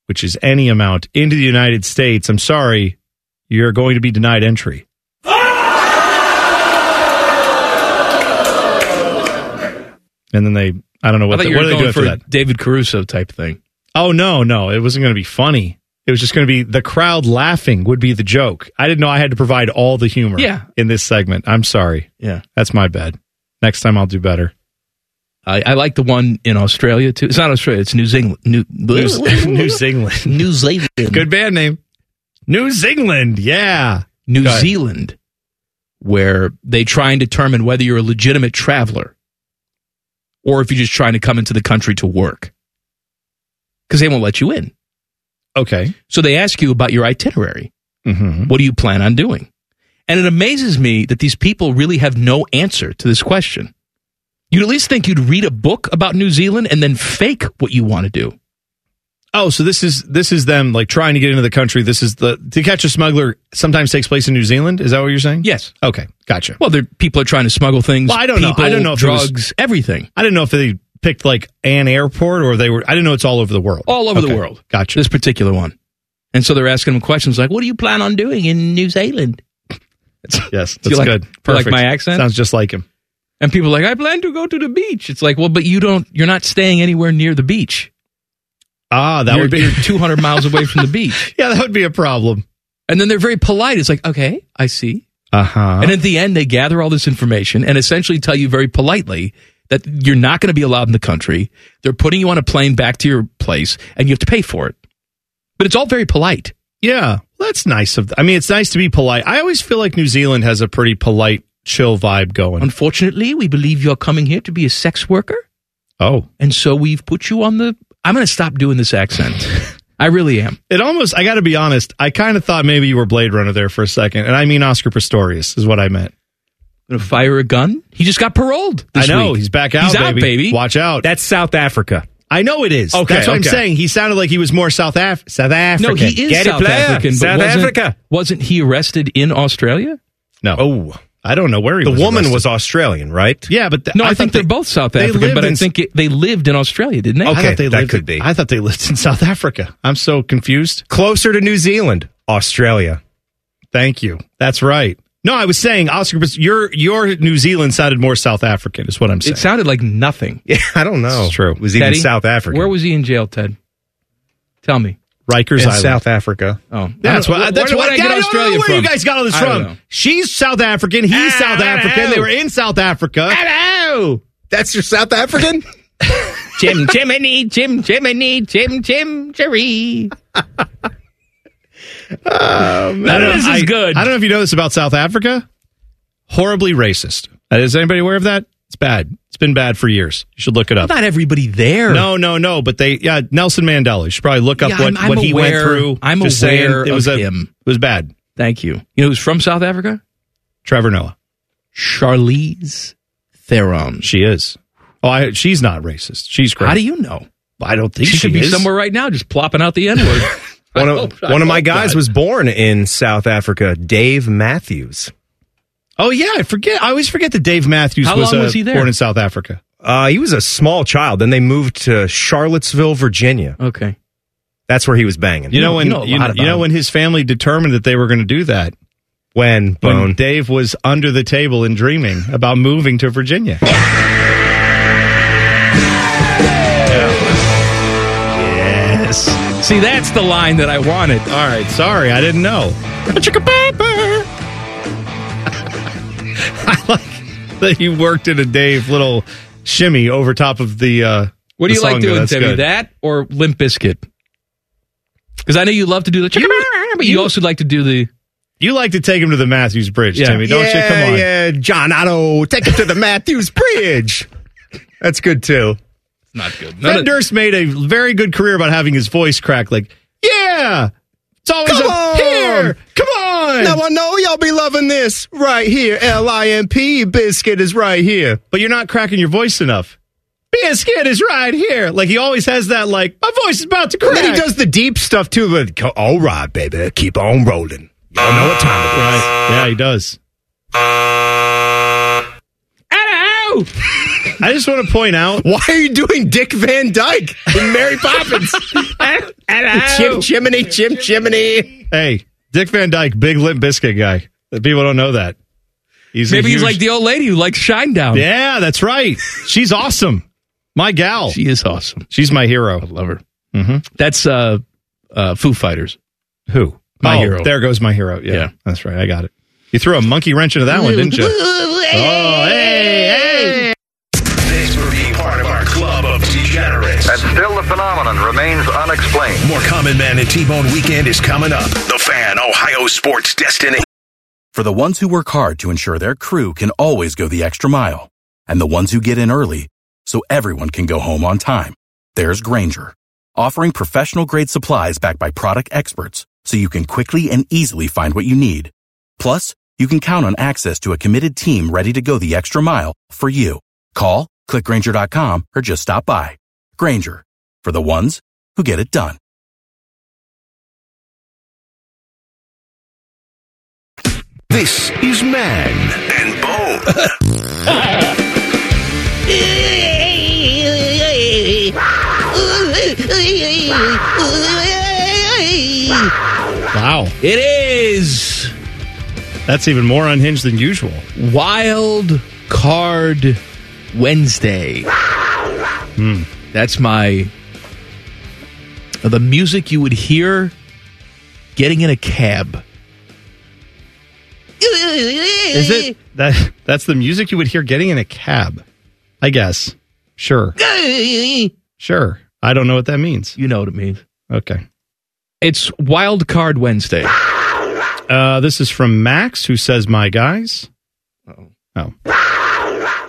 S6: which is any amount, into the United States. I'm sorry, you're going to be denied entry. And then they, I don't know
S2: I
S6: what,
S2: thought
S6: the,
S2: you
S6: what
S2: were
S6: are they
S2: going
S6: doing for
S2: for
S6: that.
S2: a David Caruso type thing.
S6: Oh no, no, it wasn't going to be funny. It was just going to be the crowd laughing would be the joke. I didn't know I had to provide all the humor
S2: Yeah.
S6: in this segment. I'm sorry.
S2: Yeah.
S6: That's my bad. Next time I'll do better.
S2: I, I like the one in Australia too. It's not Australia. It's New Zealand. New
S6: New, New Zealand.
S2: New Zealand.
S6: Good band name. New Zealand. Yeah.
S2: New
S6: Go ahead.
S2: Zealand, where they try and determine whether you're a legitimate traveler or if you're just trying to come into the country to work, because they won't let you in.
S6: Okay.
S2: So they ask you about your itinerary.
S6: Mm-hmm.
S2: What do you plan on doing? And it amazes me that these people really have no answer to this question. You'd at least think you'd read a book about New Zealand and then fake what you want to do.
S6: Oh, so this is this is them like trying to get into the country. This is the to catch a smuggler sometimes takes place in New Zealand. Is that what you're saying?
S2: Yes.
S6: Okay. Gotcha.
S2: Well, they're- people are trying to smuggle things.
S6: Well, I don't know. I
S2: people,
S6: don't know if it was-
S2: drugs, everything.
S6: I didn't know if they picked like an airport or they were. I didn't know it's all over the world.
S2: all over the
S6: Okay.
S2: world.
S6: Gotcha.
S2: This particular one. And so they're asking him questions like, "What do you plan on doing in New Zealand?"
S6: yes.
S2: Do you
S6: That's
S2: like-
S6: good.
S2: do you like
S6: Perfect.
S2: my accent?
S6: Sounds just like him.
S2: And people are like, "I plan to go to the beach." It's like, "Well, but you don't. You're not staying anywhere near the beach.
S6: Ah, that
S2: you're,
S6: would be.
S2: you're 200 miles away from the beach."
S6: Yeah, that would be a problem.
S2: And then they're very polite. It's like, "Okay, I see."
S6: Uh huh.
S2: And at the end, they gather all this information and essentially tell you very politely that you're not going to be allowed in the country. They're putting you on a plane back to your place, and you have to pay for it. But it's all very polite.
S6: Yeah, well, that's nice of. th- I mean, it's nice to be polite. I always feel like New Zealand has a pretty polite, chill vibe going.
S2: Unfortunately, we believe you're coming here to be a sex worker.
S6: Oh,
S2: and so we've put you on the. I'm going to stop doing this accent. I really am.
S6: it almost. I got to be honest. I kind of thought maybe you were Blade Runner there for a second, and I mean Oscar Pistorius is what I meant.
S2: going to fire a gun. He just got paroled.
S6: I
S2: this
S6: know
S2: week.
S6: he's back out.
S2: He's out, baby.
S6: Watch out.
S3: That's South Africa.
S6: I know it is.
S3: Okay,
S6: that's what I'm
S3: okay.
S6: saying. He sounded like he was more South Af South
S2: no,
S6: African.
S2: he is
S3: Get it,
S2: South
S3: player.
S2: African. But
S3: South
S2: wasn't,
S3: Africa.
S2: Wasn't he arrested in Australia?
S6: No.
S7: Oh.
S6: I don't know where he
S7: The
S6: was.
S7: woman
S6: arrested.
S7: was Australian, right?
S6: Yeah, but th-
S2: No, I,
S6: thought
S2: think
S6: they-
S2: they're both South
S6: they
S2: African,
S6: lived
S2: but I
S6: in-
S2: think it, they lived in Australia, didn't they?
S6: I thought
S7: Okay,
S6: they
S7: that
S6: lived
S7: could
S6: in-
S7: be.
S6: I thought they lived in South Africa. I'm so confused.
S7: Closer to New Zealand, Australia.
S6: Thank you. That's right. No, I was saying Oscar, but your your New Zealand sounded more South African. Is what I'm saying.
S2: It sounded like nothing.
S7: Yeah, I don't know.
S6: It's true.
S7: It was even
S2: Teddy,
S7: South Africa.
S2: Where was he in jail, Ted? Tell me.
S6: Rikers
S5: in
S6: Island.
S5: South Africa.
S2: Oh,
S6: that's
S2: I don't-
S6: what. That's
S2: where,
S6: what.
S2: where did I get Australia
S6: don't know where
S2: from.
S6: you guys got all this
S2: I don't know.
S6: from? She's South African. He's
S7: Ah,
S6: South
S7: I don't
S6: African. They
S7: know.
S6: were in South Africa.
S7: Hello. That's your South African?
S2: Jim, Jiminy, Jim, Jiminy, Jim, Jim, Jerry.
S6: Um, I don't know.
S2: This is
S6: I-
S2: good.
S6: I don't know if you know this about South Africa. Horribly racist. Uh, Is anybody aware of that? It's bad. It's been bad for years. You should look it up.
S2: Not everybody there.
S6: No, no, no. But they, yeah, Nelson Mandela. You should probably look up
S2: Yeah,
S6: what,
S2: I'm- I'm
S6: what he went
S2: aware-
S6: through.
S2: I'm
S6: Just
S2: aware
S6: saying, it was
S2: of
S6: a,
S2: him.
S6: It was bad.
S2: Thank you. You know who's from South Africa?
S6: Trevor Noah.
S2: Charlize Theron.
S6: She is. Oh, I, she's not racist. She's great.
S2: How do you know?
S6: I don't think
S2: She,
S6: she,
S2: could be
S6: is.
S2: somewhere right now just plopping out the N word.
S7: One of, one
S6: Oh,
S7: of my guys was born in South Africa, Dave Matthews.
S6: Oh yeah, I forget. I always forget that Dave Matthews
S2: How
S6: was,
S2: long
S6: uh,
S2: was he there?
S6: born in South Africa.
S7: Uh, he was a small child. Then they moved to Charlottesville, Virginia.
S2: Okay.
S7: That's where he was banging.
S6: You know when
S2: you know a
S6: you
S2: lot
S6: know,
S2: about
S6: you know
S2: him.
S6: when his family determined that they were going to do that.
S7: when
S6: When
S7: Bone?
S6: Dave was under the table and dreaming about moving to Virginia. Yes.
S2: See, that's the line that I wanted.
S6: All right. Sorry, I didn't know. I like that you worked in a Dave little shimmy over top of the. Uh,
S2: What do
S6: the
S2: you like
S6: song there.
S2: doing,
S6: That's
S2: Timmy?
S6: good.
S2: That or Limp Biscuit? Because I know you love to do the chicken, but you also like to do the.
S6: You like to take him to the Matthews Bridge,
S2: Yeah.
S6: Timmy, don't you? Come on.
S7: yeah, John Otto, take it to the Matthews Bridge. That's good too.
S2: It's not good.
S6: Fred
S2: None of-
S6: Durst made a very good career about having his voice crack. Like, yeah, it's always
S7: Come
S6: up
S7: on.
S6: here. Come on.
S7: Now I know y'all be loving this right here. L I M P biscuit is right here.
S6: but you're not cracking your voice enough. Biscuit is right here. Like he always has that. Like my voice is about to crack.
S7: And then he does the deep stuff too. But co- all right, baby, keep on rolling. Y'all know what time it is.
S6: Right. Yeah, he does.
S2: Hello!
S6: I just want to point out.
S7: Why are you doing Dick Van Dyke in Mary Poppins? Chim chimney, chim chimney.
S6: Hey, Dick Van Dyke, big Limp Biscuit guy. The People don't know that. He's a
S2: Maybe he's
S6: huge-
S2: like the old lady who likes Shinedown.
S6: Yeah, that's right. She's awesome. My gal.
S2: She is awesome.
S6: She's my hero.
S2: I love her. That's uh, uh, Foo Fighters.
S6: Who?
S2: My
S6: oh,
S2: hero.
S6: There goes my hero. Yeah,
S2: Yeah.
S6: that's right. I got it. You threw a monkey wrench into that one, didn't you? Oh, hey, hey.
S1: This would be part of our club of degenerates.
S9: And still the phenomenon remains unexplained.
S1: More Common Man and T-Bone Weekend is coming up. The Fan, Ohio sports destiny.
S10: For the ones who work hard to ensure their crew can always go the extra mile, and the ones who get in early so everyone can go home on time, there's Granger, offering professional grade supplies backed by product experts so you can quickly and easily find what you need. Plus, you can count on access to a committed team ready to go the extra mile for you. Call, clickgranger.com, or just stop by. Granger, for the ones who get it done.
S1: This is Man and Bone.
S6: Wow.
S2: It is
S6: That's even more unhinged than usual.
S2: Wild Card Wednesday. Hmm. That's my the music you would hear getting in a cab.
S6: Is it that that's the music you would hear getting in a cab? I guess. Sure. Sure. I don't know what that means.
S2: You know what it means.
S6: Okay.
S2: It's Wild Card Wednesday.
S6: Uh, this is from Max, who says, "My guys." Oh.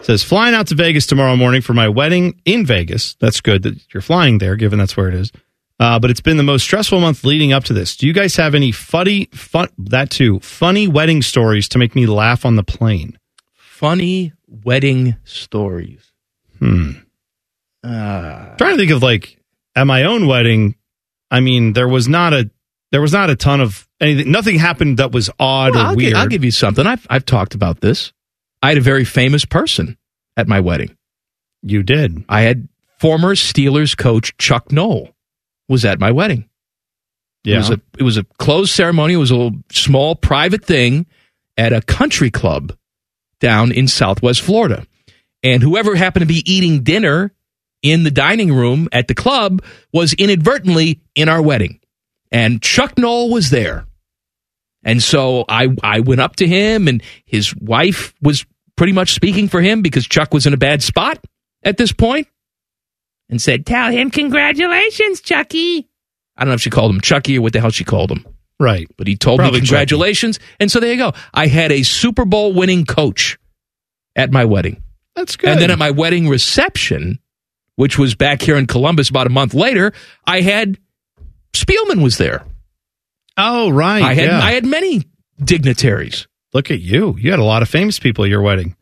S6: Says flying out to Vegas tomorrow morning for my wedding in Vegas. That's good that you're flying there, given that's where it is. Uh, but it's been the most stressful month leading up to this. Do you guys have any funny, fun that too funny wedding stories to make me laugh on the plane?
S2: Funny wedding stories.
S6: Hmm.
S2: Ah.
S6: trying to think of like at my own wedding. I mean, there was not a there was not a ton of anything. Nothing happened that was odd
S2: Well,
S6: or
S2: I'll gi-
S6: weird.
S2: I'll give you something. I've I've talked about this. I had a very famous person at my wedding.
S6: you did.
S2: I had former Steelers coach Chuck Knoll was at my wedding. It
S6: Yeah.
S2: was a it was a closed ceremony. It was a little small private thing at a country club down in Southwest Florida. And whoever happened to be eating dinner in the dining room at the club was inadvertently in our wedding. And Chuck Knoll was there. And so I I went up to him and his wife was pretty much speaking for him because Chuck was in a bad spot at this point and said, "Tell him congratulations, Chucky." I don't know if she called him Chucky or what the hell she called him,
S6: right.
S2: but he told me
S6: Probably Chucky.
S2: congratulations. And so there you go. I had a Super Bowl winning coach at my wedding.
S6: That's good.
S2: And then at my wedding reception, which was back here in Columbus about a month later, I had Spielman was there.
S6: oh right.
S2: I had
S6: yeah.
S2: I had many dignitaries.
S6: Look at you. You had a lot of famous people at your wedding.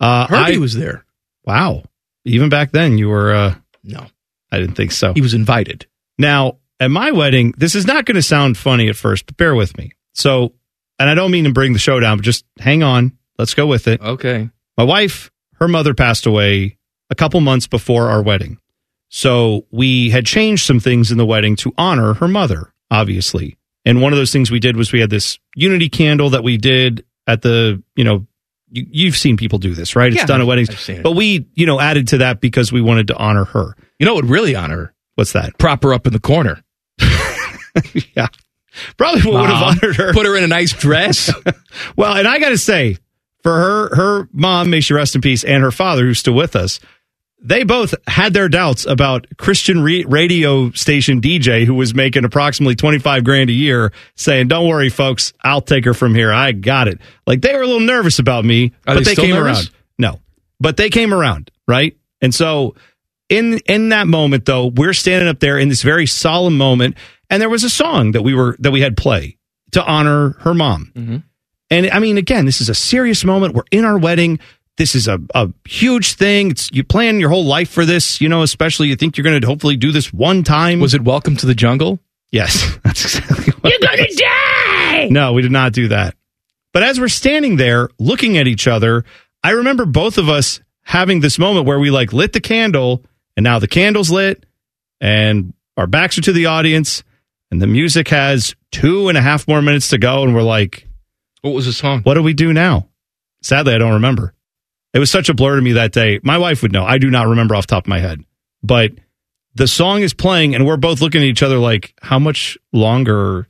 S6: Uh,
S2: Herbie
S6: I-
S2: was there.
S6: wow. Even back then, you were. Uh,
S2: No,
S6: I didn't think so.
S2: he was invited.
S6: Now, at my wedding, this is not going to sound funny at first, but bear with me. So, and I don't mean to bring the show down, but just hang on. Let's go with it.
S2: Okay.
S6: My wife, her mother passed away a couple months before our wedding. So we had changed some things in the wedding to honor her mother, obviously. And one of those things we did was we had this unity candle that we did at the, you know, you, you've seen people do this, right?
S2: Yeah,
S6: it's done at weddings.
S2: I've seen it.
S6: But we, you know, added to that because we wanted to honor her.
S2: You know what would really honor her?
S6: What's that?
S2: Prop her up in the corner.
S6: yeah. Probably what would have
S2: Mom,
S6: honored her.
S2: Put her in a nice dress.
S6: Well, and I got to say, for her, her mom, may she rest in peace, and her father, who's still with us, they both had their doubts about Christian re- radio station DJ who was making approximately 25 grand a year saying, don't worry, folks, I'll take her from here. I got it. Like they were a little nervous about me,
S2: Are
S6: but
S2: they
S6: they,
S2: still
S6: came
S2: nervous?
S6: around. No, but they came around. Right. And so in, in that moment though, we're standing up there in this very solemn moment. And there was a song that we were, that we had play to honor her mom.
S2: Mm-hmm.
S6: And I mean, again, this is a serious moment. We're in our wedding. This is a, a huge thing. It's, you plan your whole life for this, you know, especially you think you're going to hopefully do this one time.
S2: was it Welcome to the Jungle?
S6: Yes, that's exactly what You're going to die. No, we did not do that. But as we're standing there looking at each other, I remember both of us having this moment where we like lit the candle and now the candle's lit and our backs are to the audience and the music has two and a half more minutes to go. And we're like,
S2: What was the song?
S6: what do we do now? Sadly, I don't remember. It was such a blur to me that day. My wife would know. I do not remember off the top of my head. But the song is playing and we're both looking at each other like, how much longer?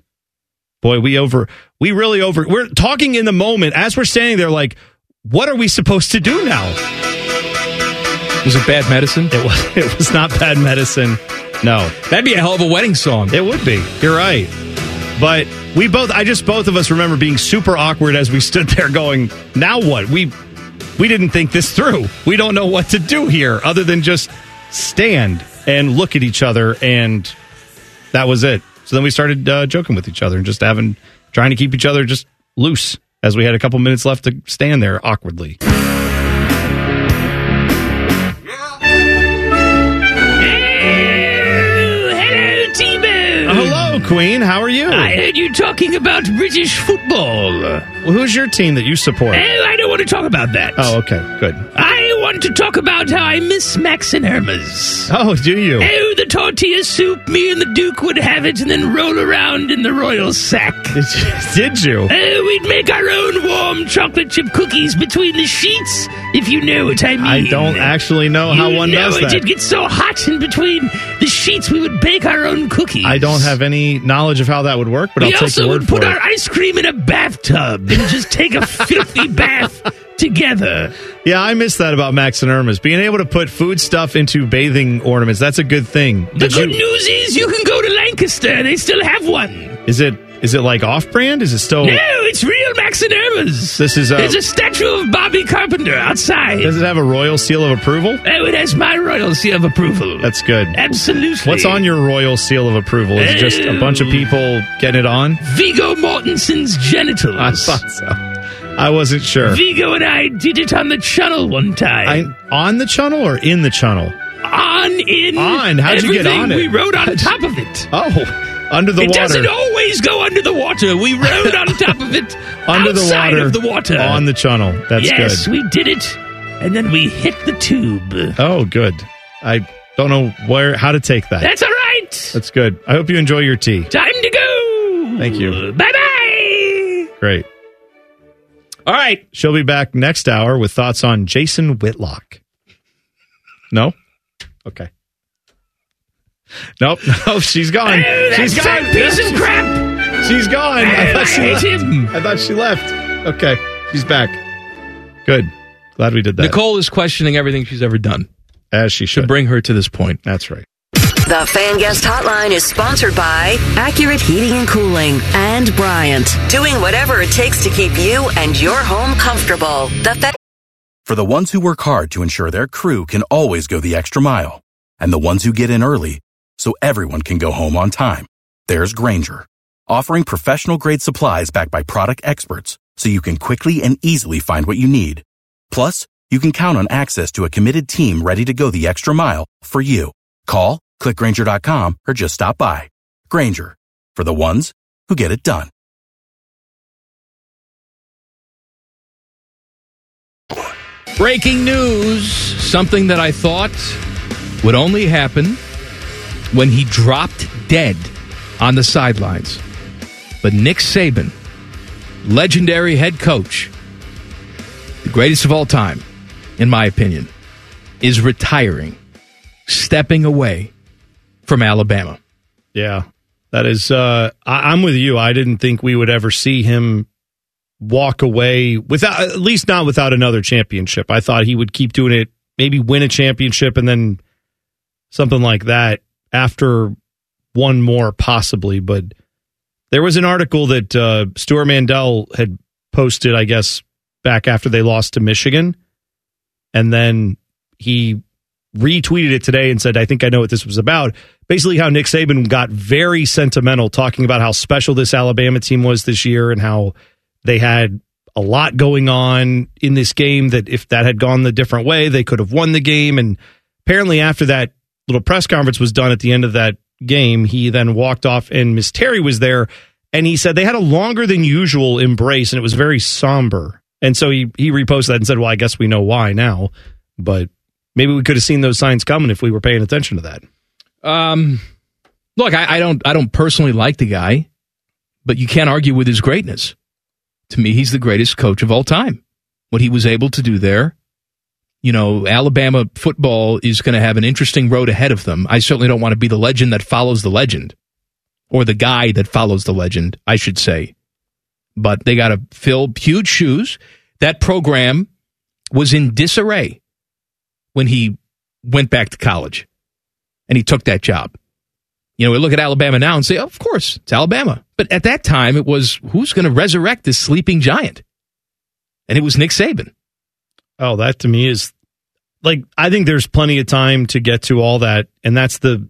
S6: Boy, we over we really over we're talking in the moment as we're standing there like, what are we supposed to do now?
S2: Was it bad medicine?
S6: It was. It was not bad medicine. No,
S2: that'd be a hell of a wedding song.
S6: It would be. You're right. But we both. I just both of us remember being super awkward as we stood there going, "Now what? We we didn't think this through. We don't know what to do here other than just stand and look at each other." And that was it. So then we started uh, joking with each other and just having trying to keep each other just loose as we had a couple minutes left to stand there awkwardly. Uh,
S11: Hello, T-Bone.
S6: Hello, Queen. How are you?
S11: I heard you talking about British football.
S6: Well, who's your team that you support?
S11: Oh, I don't want to talk about that.
S6: Oh, okay, good.
S11: I want to talk about how I miss Max and Hermes.
S6: Oh, do you?
S11: Oh, the tortilla soup. Me and the Duke would have it and then roll around in the royal sack.
S6: Did you?
S11: Oh, we'd make our own warm chocolate chip cookies between the sheets, if you know what I mean.
S6: I don't actually know how
S11: You
S6: one
S11: know
S6: does
S11: it
S6: that.
S11: did get so hot in between the sheets, we would bake our own cookies.
S6: I don't have any knowledge of how that would work, but
S11: we
S6: I'll take
S11: also
S6: your word
S11: would put
S6: for
S11: our
S6: it.
S11: ice cream in a bathtub and just take a filthy bath together.
S6: Yeah, I miss that about Max and Irma's. Being able to put food stuff into bathing ornaments, that's a good thing.
S11: The
S6: Did
S11: good
S6: you-
S11: news is you can go to Lancaster. They still have one.
S6: Is it is it like off brand? Is it still
S11: No, it's real Max and Irma's.
S6: Oh. This is, uh,
S11: There's a statue of Bobby Carpenter outside.
S6: does it have a royal seal of approval?
S11: Oh, it has my royal seal of approval.
S6: That's good.
S11: Absolutely.
S6: What's on your royal seal of approval? Is it just a bunch of people getting it on?
S11: Vigo Mortensen's genitals.
S6: I thought so. I wasn't sure.
S11: Vigo and I did it on the channel one
S6: I,
S11: time.
S6: on the channel or in the channel?
S11: on in.
S6: On? How'd you get
S11: everything
S6: on it?
S11: We rode on top of it.
S6: Oh, under the
S11: it
S6: water.
S11: doesn't always go under the water. We rode on top of it.
S6: under the
S11: outside
S6: water,
S11: Of the water.
S6: on the channel. That's
S11: yes,
S6: good.
S11: we did it, and then we hit the tube.
S6: oh, good. I don't know where how to take that.
S11: That's all right.
S6: That's good. I hope you enjoy your tea.
S11: Time to go.
S6: Thank you.
S11: Bye bye.
S6: Great. All right, she'll be back next hour with thoughts on Jason Whitlock. No, okay. Nope. No, she's gone.
S11: Oh, that
S6: she's
S11: fat
S6: gone.
S11: piece of crap.
S6: She's gone.
S11: Oh, I hate
S6: left.
S11: him.
S6: I thought she left. Okay, she's back. Good. Glad we did that.
S2: Nicole is questioning everything she's ever done
S6: as she
S2: to
S6: should.
S2: bring her to this point.
S6: That's right.
S12: The Fan Guest Hotline is sponsored by Accurate Heating and Cooling and Bryant, doing whatever it takes to keep you and your home comfortable. The Fan.
S10: For the ones who work hard to ensure their crew can always go the extra mile, and the ones who get in early so everyone can go home on time, there's Granger, offering professional grade supplies backed by product experts so you can quickly and easily find what you need. Plus, you can count on access to a committed team ready to go the extra mile for you. Call, click clickgranger.com, or just stop by. Granger, for the ones who get it done.
S2: Breaking news something that I thought would only happen when he dropped dead on the sidelines. But Nick Saban, legendary head coach, the greatest of all time, in my opinion, is retiring, stepping away from Alabama.
S6: Yeah. That is, uh, I, I'm with you. I didn't think we would ever see him walk away without, at least not without another championship. I thought he would keep doing it, maybe win a championship and then something like that after one more, possibly. But there was an article that uh, Stuart Mandel had posted, I guess, back after they lost to Michigan. And then he retweeted it today and said, I think I know what this was about. Basically, how Nick Saban got very sentimental talking about how special this Alabama team was this year and how they had a lot going on in this game that if that had gone the different way, they could have won the game. And apparently, after that little press conference was done at the end of that game, he then walked off and Miss Terry was there. And he said they had a longer than usual embrace and it was very somber. And so he, he reposted that and said, Well, I guess we know why now. But maybe we could have seen those signs coming if we were paying attention to that.
S2: Um, look, I, I don't, I don't personally like the guy, but you can't argue with his greatness. To me, he's the greatest coach of all time. What he was able to do there you know, Alabama football is going to have an interesting road ahead of them. I certainly don't want to be the legend that follows the legend or the guy that follows the legend, I should say. But they got to fill huge shoes. That program was in disarray when he went back to college and he took that job. You know, we look at Alabama now and say, oh, of course, it's Alabama. But at that time, it was who's going to resurrect this sleeping giant? And it was Nick Saban.
S6: Oh, that to me is like I think there's plenty of time to get to all that, and that's the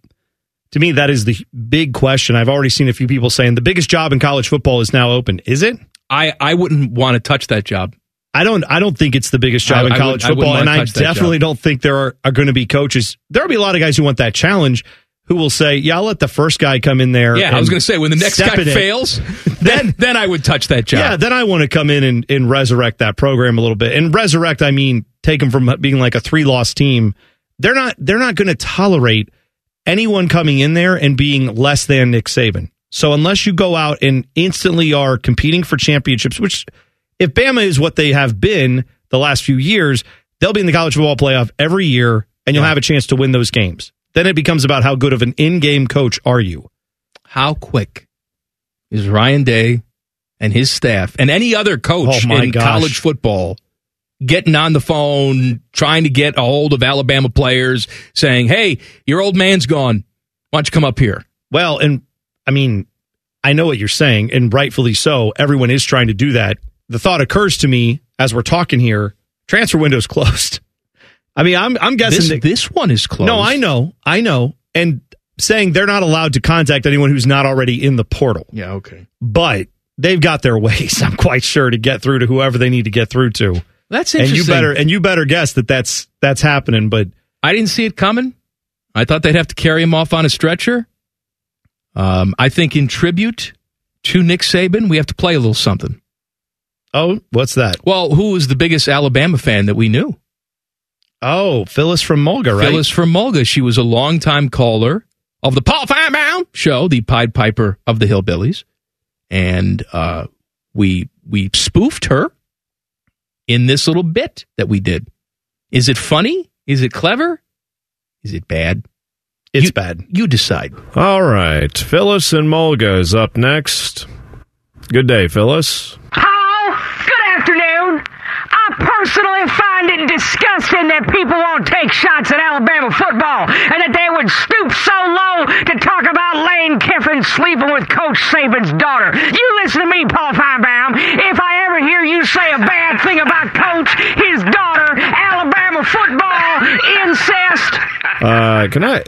S6: to me that is the big question. I've already seen a few people saying the biggest job in college football is now open. Is it?
S2: I I wouldn't want to touch that job.
S6: I don't. I don't think it's the biggest job
S2: I-
S6: in
S2: I wouldn't-
S6: college
S2: I wouldn't
S6: football,
S2: wanna
S6: and I
S2: touch that job.
S6: definitely don't think there are, are going to be coaches. There will be a lot of guys who want that challenge who will say, "Yeah, I'll let the first guy come in there."
S2: Yeah, I
S6: and
S2: was going to say when the next
S6: step
S2: guy
S6: in it."
S2: fails, then then I would touch that job.
S6: Yeah, then I want to come in and, and resurrect that program a little bit. And resurrect, I mean, take them from being like a three loss team. They're not. They're not going to tolerate anyone coming in there and being less than Nick Saban. So unless you go out and instantly are competing for championships, which if Bama is what they have been the last few years, they'll be in the college football playoff every year, and you'll have a chance to win those games. Then it becomes about how good of an in-game coach are you.
S2: How quick is Ryan Day and his staff and any other coach
S6: Oh, my
S2: in
S6: gosh.
S2: college football getting on the phone, trying to get a hold of Alabama players, saying, "Hey, your old man's gone. Why don't you come up here?"
S6: Well, and I mean, I know what you're saying, and rightfully so. Everyone is trying to do that. The thought occurs to me as we're talking here: transfer window's closed. I mean, I'm I'm guessing
S2: This-
S6: that-
S2: this one is closed.
S6: No, I know, I know, and saying they're not allowed to contact anyone who's not already in the portal.
S2: Yeah, okay.
S6: But they've got their ways. I'm quite sure to get through to whoever they need to get through to.
S2: That's
S6: And you
S2: interesting.
S6: better and you better guess that that's that's happening. But
S2: I didn't see it coming. I thought they'd have to carry him off on a stretcher. Um, I think in tribute to Nick Saban, we have to play a little something.
S6: Oh, what's that?
S2: Well, who was the biggest Alabama fan that we knew?
S6: Oh, Phyllis from Mulga, right?
S2: Phyllis from Mulga. She was a longtime caller of the Paul Firebound show, the Pied Piper of the Hillbillies, and uh, we we spoofed her in this little bit that we did. Is it funny? Is it clever? Is it bad?
S6: It's bad.
S2: You decide.
S13: All right. Phyllis and Mulga is up next. Good day, Phyllis.
S14: Good afternoon. I personally find it disgusting that people won't take shots at Alabama football and that they would stoop so low to talk about Lane Kiffin sleeping with Coach Saban's daughter. You listen to me, Paul Feinbaum. If I ever hear you say a bad thing about Coach, his daughter, Alabama football, incest,
S13: Uh, can I?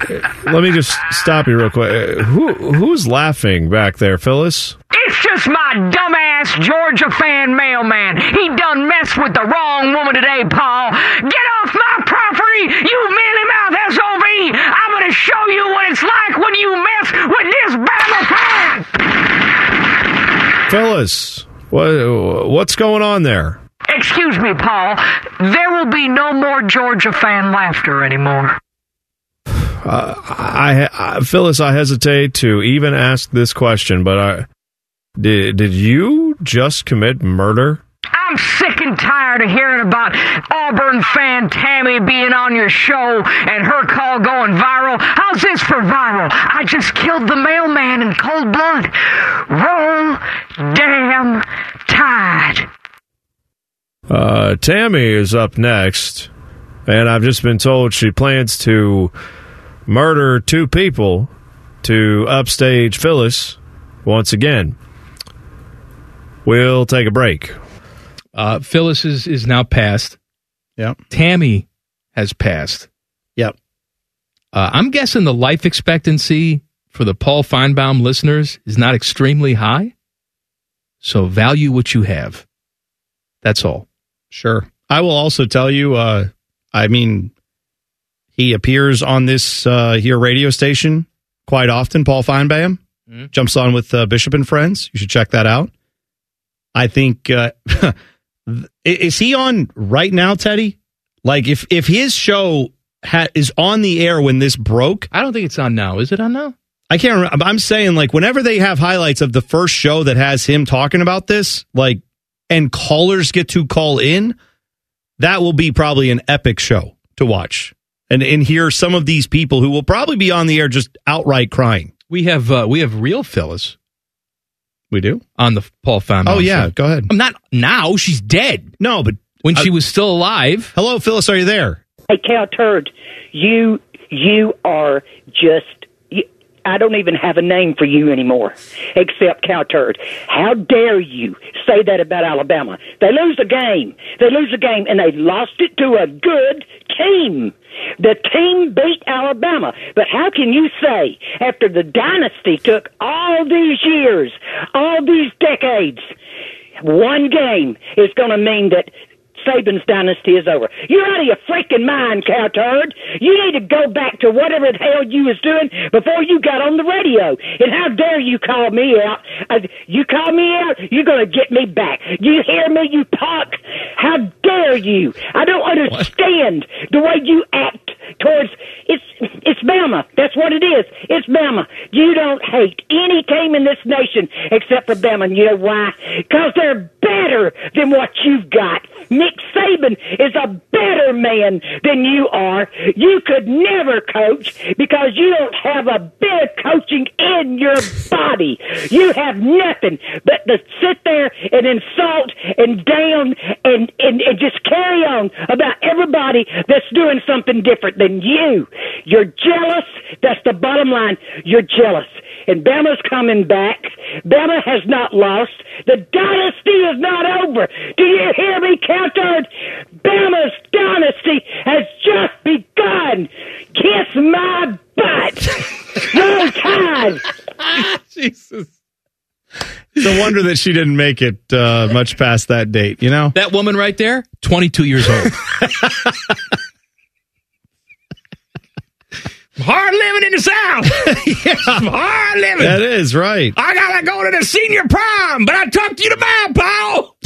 S13: Let me just stop you real quick. Uh, Who who's laughing back there, Phyllis?
S14: It's just my dumbass Georgia fan mailman. He done messed with the wrong woman today, Paul. Get off my property, you mealy mouth SOB! I'm gonna show you what it's like when you mess with this Bama fan!
S13: Phyllis, what what's going on there?
S14: Excuse me, Paul. There will be no more Georgia fan laughter anymore.
S13: Uh, I, I Phyllis, I hesitate to even ask this question, but I did. Did you just commit murder?
S14: I'm sick and tired of hearing about Auburn fan Tammy being on your show and her call going viral. How's this for viral? I just killed the mailman in cold blood. Roll damn tide.
S13: Uh, Tammy is up next, and I've just been told she plans to murder two people to upstage Phyllis once again. We'll take a break.
S2: Uh, Phyllis is, is now passed.
S5: Yeah.
S2: Tammy has passed.
S5: Yep.
S2: Uh, I'm guessing the life expectancy for the Paul Feinbaum listeners is not extremely high. So value what you have. That's all.
S6: Sure. I will also tell you, uh, I mean, he appears on this uh, here radio station quite often. Paul Feinbaum jumps on with uh, Bishop and Friends. You should check that out. I think uh, i- is he on right now, Teddy? Like if if his show ha- is on the air when this broke,
S2: I don't think it's on now. Is it on now?
S6: I can't remember. I'm saying like whenever they have highlights of the first show that has him talking about this, like and callers get to call in, that will be probably an epic show to watch and and hear some of these people who will probably be on the air just outright crying.
S2: We have uh, we have real Phyllis.
S6: We do
S2: on the Paul Found.
S6: Oh yeah, go ahead.
S2: I'm not now. She's dead.
S6: No, but
S2: when she was still alive.
S6: Hello, Phyllis. Are you there?
S15: Hey, Cal Turd, you you are just. You, I don't even have a name for you anymore, except Cal Turd. How dare you say that about Alabama? They lose a game. They lose a game, and they lost it to a good team. The team beat Alabama, but how can you say after the dynasty took all these years, all these decades, one game is going to mean that Saban's dynasty is over. You're out of your freaking mind, cow turd. You need to go back to whatever the hell you was doing before you got on the radio. And how dare you call me out? Uh, You call me out, you're gonna get me back. You hear me, you punk? How dare you? I don't understand the way you act towards it's it's Bama. That's what it is. It's Bama. You don't hate any team in this nation except for Bama. And you know why? Because they're better than what you've got. Nick Saban is a better man than you are. You could never coach because you don't have a bit of coaching in your body. You have nothing but to sit there and insult and down and, and, and just carry on about everybody that's doing something different than you. You're jealous. That's the bottom line. You're jealous. And Bama's coming back. Bama has not lost. The dynasty is not over. Do you hear me, Cowherd? Bama's dynasty has just begun. Kiss my butt. Roll Tide.
S6: Jesus. No wonder that she didn't make it uh, much past that date. You know
S2: that woman right there, 22 years old.
S11: Hard living in the South. yeah. Hard living.
S6: that is right.
S11: I gotta go to the senior prom, but I talked to you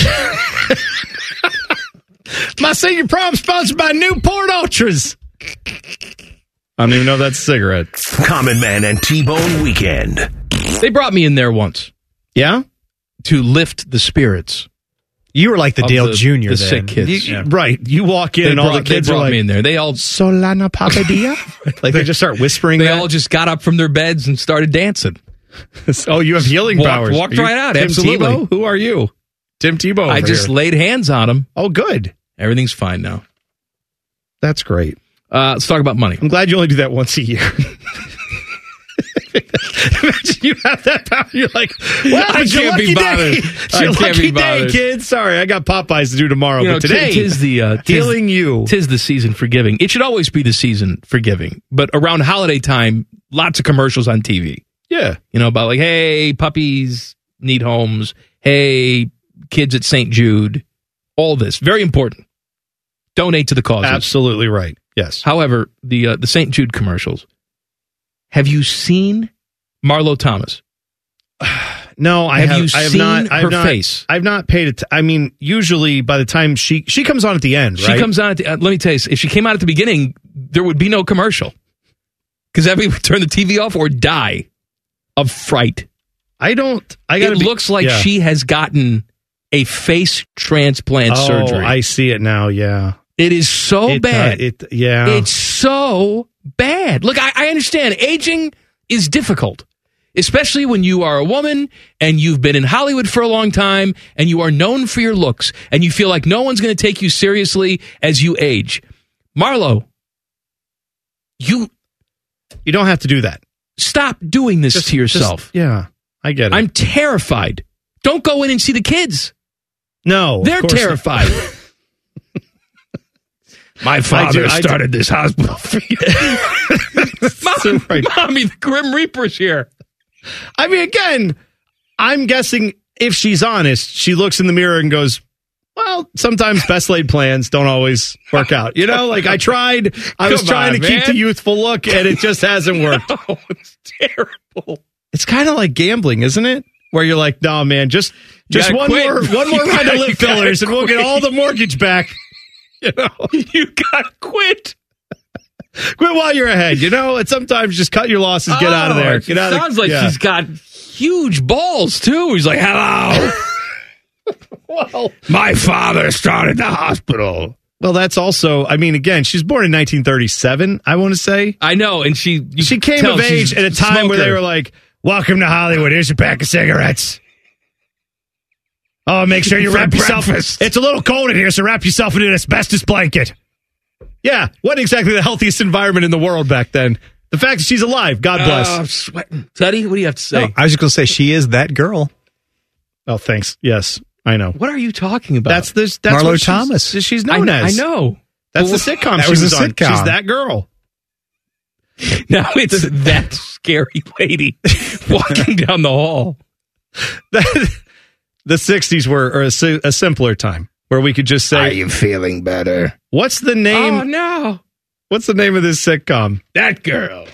S11: tomorrow, Paul.
S6: My senior prom sponsored by Newport Ultras. I don't even know if that's a cigarette.
S1: Common Man and T Bone Weekend.
S2: They brought me in there once.
S6: Yeah?
S2: To lift the spirits.
S5: You were like the Dale Jr.
S2: The
S5: then.
S2: sick kids.
S5: You- Yeah.
S6: Right. You walk in
S2: They
S6: and all
S2: brought-
S6: the kids
S2: they
S6: are
S2: brought
S6: like,
S2: me in there. They all
S6: Solana Papadia? like they just start whispering
S2: They
S6: that?
S2: all just got up from their beds and started dancing.
S6: oh, you have healing
S2: walked,
S6: powers.
S2: Walked
S6: Are you
S2: right out.
S6: Tim
S2: absolutely.
S6: Tebow?
S2: Who are you?
S6: Tim Tebow.
S2: I
S6: over
S2: just
S6: here.
S2: laid hands on him.
S6: Oh, good.
S2: Everything's fine now.
S6: That's great.
S2: Uh, let's talk about money.
S6: I'm glad you only do that once a year. Imagine you have that power. You're like, well,
S2: I
S6: it's your
S2: can't be
S6: lucky
S2: bothered.
S6: Day. It's
S2: I
S6: your
S2: can't be
S6: lucky day,
S2: bothered.
S6: kids. Sorry, I got Popeyes to do tomorrow,
S2: You know,
S6: but today
S2: tis the uh, tis-
S6: healing you.
S2: Tis the season for giving. It should always be the season for giving, but around holiday time, lots of commercials on TV.
S6: Yeah.
S2: you know, about like, hey, puppies need homes. Hey, kids at St. Jude. All this very important. Donate to the cause.
S6: Absolutely right. Yes.
S2: However, the uh, the St. Jude commercials. Have you seen Marlo Thomas?
S6: No, Oh, I
S2: Have
S6: have,
S2: you
S6: I have
S2: seen
S6: not, I have
S2: her
S6: not-
S2: face?
S6: I've not paid it. I mean, usually by the time she she comes on at the end,
S2: She
S6: right?
S2: comes on. At the, uh, let me tell you, if she came out at the beginning, there would be no commercial because everybody would turn the TV off or die of fright.
S6: I don't. I got.
S2: It looks like she has gotten a face transplant
S6: oh,
S2: surgery.
S6: I see it now. Yeah.
S2: It is so
S6: It, uh,
S2: bad.
S6: it- yeah.
S2: It's so bad. Look, I, I understand aging is difficult, especially when you are a woman and you've been in Hollywood for a long time and you are known for your looks and you feel like no one's going to take you seriously as you age. Marlo, you
S6: you don't have to do that.
S2: Stop doing this to yourself.
S6: yeah. I get it.
S2: I'm terrified. Don't go in and see the kids.
S6: No, of
S2: they're
S6: course not.
S2: terrified. My
S6: father started
S2: this hospital for you. Mom, Mommy, the Grim Reaper's here.
S6: I mean, again, I'm guessing if she's honest, she looks in the mirror and goes, well, sometimes best laid plans don't always work out. You know, like I tried, I was
S2: Come
S6: trying
S2: on,
S6: to keep
S2: man.
S6: the youthful look and it just hasn't worked.
S2: Terrible.
S6: It's kind of like gambling, isn't it? Where you're like, no, man, just just
S2: gotta
S6: one
S2: quit.
S6: more one more
S2: You
S6: round of
S2: gotta-
S6: lip
S2: you gotta
S6: fillers and we'll get
S2: quit.
S6: all the mortgage back. You know,
S2: you gotta quit.
S6: Quit while you're ahead. You know, and sometimes just cut your losses, get out of
S2: Oh,
S6: there.
S2: it
S6: Get out of-
S2: sounds like
S6: yeah.
S2: she's got huge balls too. He's like, hello.
S6: well,
S2: My father started the hospital.
S6: Well, that's also. I mean, again, she's born in 1937. I want to say.
S2: I know, and she
S6: she came
S13: tell
S6: of age
S13: she's
S6: at a time where they
S13: smoker.
S6: were like, "Welcome to Hollywood. Here's your pack of cigarettes." Oh, make sure you
S13: For
S6: wrap
S13: breakfast.
S6: yourself. It's a little cold in here, so wrap yourself in an asbestos blanket. Yeah, what exactly the healthiest environment in the world back then? The fact that she's alive, God bless.
S2: Oh, I'm sweating. Teddy, what do you have to say?
S5: I was just going to say she is that girl.
S6: Oh, thanks. Yes, I know.
S2: What are you talking about?
S6: That's this. That's
S5: Marlo
S6: what she's-
S5: Thomas.
S6: She's, known
S2: I,
S6: as.
S2: I know.
S6: That's
S2: Well,
S6: the sitcom.
S5: that
S6: she
S5: was
S6: was,
S5: a
S6: on.
S5: sitcom.
S6: She's that girl.
S2: Now it's that scary lady walking down the hall.
S6: The '60s were or a, si- a simpler time where we could just say, "Are you feeling better?" What's the name?
S2: Oh no.
S6: What's the name of this sitcom?
S2: That girl.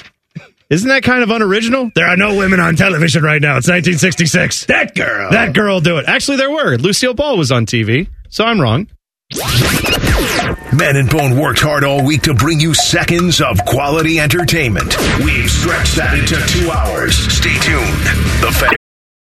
S6: Isn't that kind of unoriginal? There are no women on television right now. It's 1966. That girl. That girl will do it. Actually, there were. Lucille Ball was on TV, so I'm wrong.
S1: Man and Bone worked hard all week to bring you seconds of quality entertainment. We've stretched that into two hours. Stay tuned. The Fan.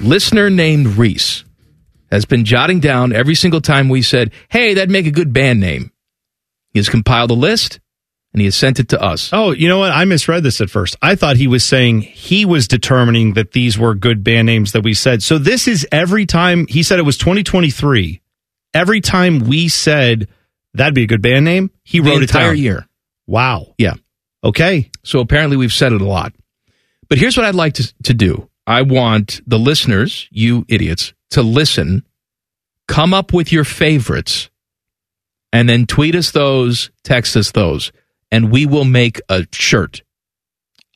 S2: listener named Reese has been jotting down every single time we said, "Hey, that'd make a good band name." He has compiled a list and he has sent it to us.
S6: Oh, you know what? I misread this at first. I thought he was saying he was determining that these were good band names that we said. So this is every time he said it was 2023. Every time we said that'd be a good band name, he
S2: The
S6: wrote
S2: entire
S6: it down.
S2: year.
S6: Wow.
S2: Yeah.
S6: Okay.
S2: So apparently we've said it a lot. But here's what I'd like to, to do I want the listeners, you idiots, to listen, come up with your favorites, and then tweet us those, text us those, and we will make a shirt.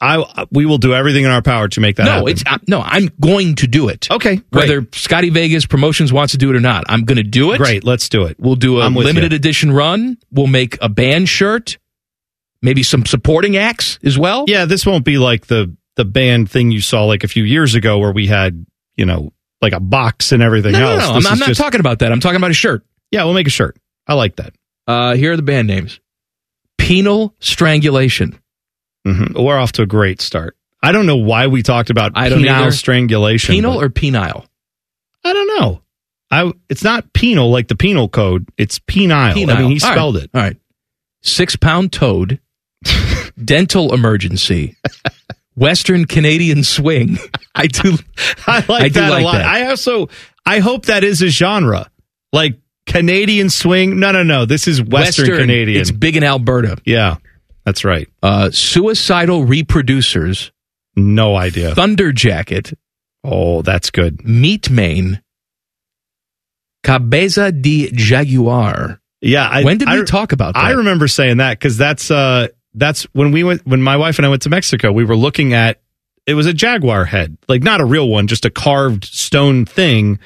S6: I we will do everything in our power to make that
S2: no,
S6: happen.
S2: it's uh, no. I'm going to do it.
S6: Okay,
S2: Whether Scotty Vegas Promotions wants to do it or not, I'm going to do it.
S6: Great, let's do it.
S2: We'll do a
S6: I'm with
S2: limited
S6: you.
S2: edition run. We'll make a band shirt, maybe some supporting acts as well.
S6: Yeah, this won't be like the the band thing you saw like a few years ago where we had, you know, like a box and everything
S2: No, no,
S6: else.
S2: no, I'm
S6: This
S2: not- I'm
S6: is
S2: not talking about that. I'm talking about a shirt.
S6: Yeah, we'll make a shirt. I like that.
S2: Uh, here are the band names: Penal Strangulation. Mm-hmm.
S6: Mhm. We're off to a great start. I don't know why we talked about
S2: I don't
S6: penile
S2: either.
S6: strangulation.
S2: Penal
S6: but
S2: or penile?
S6: I don't know. I it's not penal like the penal code. It's penile. I mean, he
S2: All right.
S6: spelled it.
S2: All right. Six pound toad, dental emergency, Western Canadian swing. I do.
S6: I like
S2: I do
S6: that
S2: like
S6: a lot.
S2: that.
S6: I also I hope that is a genre like Canadian swing. No, no, no. This is Western, Canadian.
S2: It's big in Alberta.
S6: yeah, that's right.
S2: Uh, suicidal reproducers,
S6: No idea.
S2: thunder jacket,
S6: Oh, that's good.
S2: meat mane, cabeza de jaguar.
S6: Yeah. I,
S2: when did
S6: I,
S2: we talk about that?
S6: I remember saying that because that's uh that's when we went when my wife and I went to Mexico. We were looking at it was a jaguar head, like not a real one, just a carved stone thing,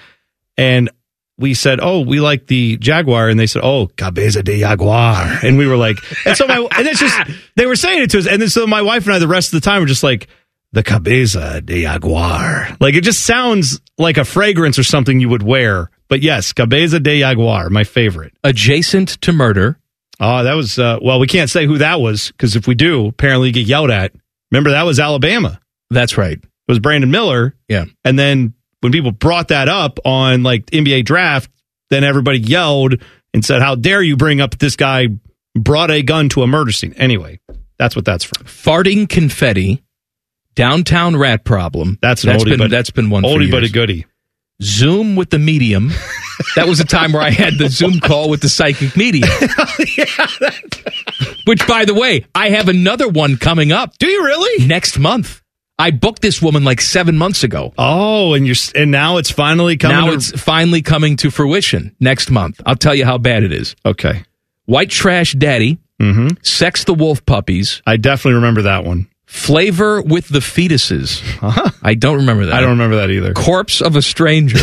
S6: and we said, "Oh, we like the jaguar," and they said, "Oh, cabeza de jaguar," and we were like, and so my and it's just they were saying it to us, and then so my wife and I the rest of the time were just like. The cabeza de jaguar, like it just sounds like a fragrance or something you would wear. But yes, cabeza de jaguar, my favorite.
S2: Adjacent to murder.
S6: Oh, that was uh, well. We can't say who that was because if we do, apparently you get yelled at. Remember that was Alabama.
S2: That's right.
S6: It was Brandon Miller,
S2: Yeah.
S6: and then when people brought that up on like NBA draft, then everybody yelled and said, "How dare you bring up this guy brought a gun to a murder scene?" Anyway, that's what that's from.
S2: Farting confetti, downtown rat problem.
S6: That's an oldie
S2: been
S6: but
S2: that's been one.
S6: oldie
S2: for
S6: but a
S2: years.
S6: goodie.
S2: Zoom with the medium. That was a time where I had the Zoom call with the psychic medium. Which, by the way, I have another one coming up.
S6: Do you really?
S2: next month. I booked this woman like seven months ago.
S6: Oh, and you're s- and now it's finally coming.
S2: now
S6: to-
S2: it's finally coming to fruition next month. I'll tell you how bad it is.
S6: okay.
S2: White Trash Daddy,
S6: Mm-hmm.
S2: Sex the Wolf Puppies,
S6: I definitely remember that one. Uh-huh.
S2: Flavor with the Fetuses. I don't remember that.
S6: I don't remember that either.
S2: Corpse of a Stranger.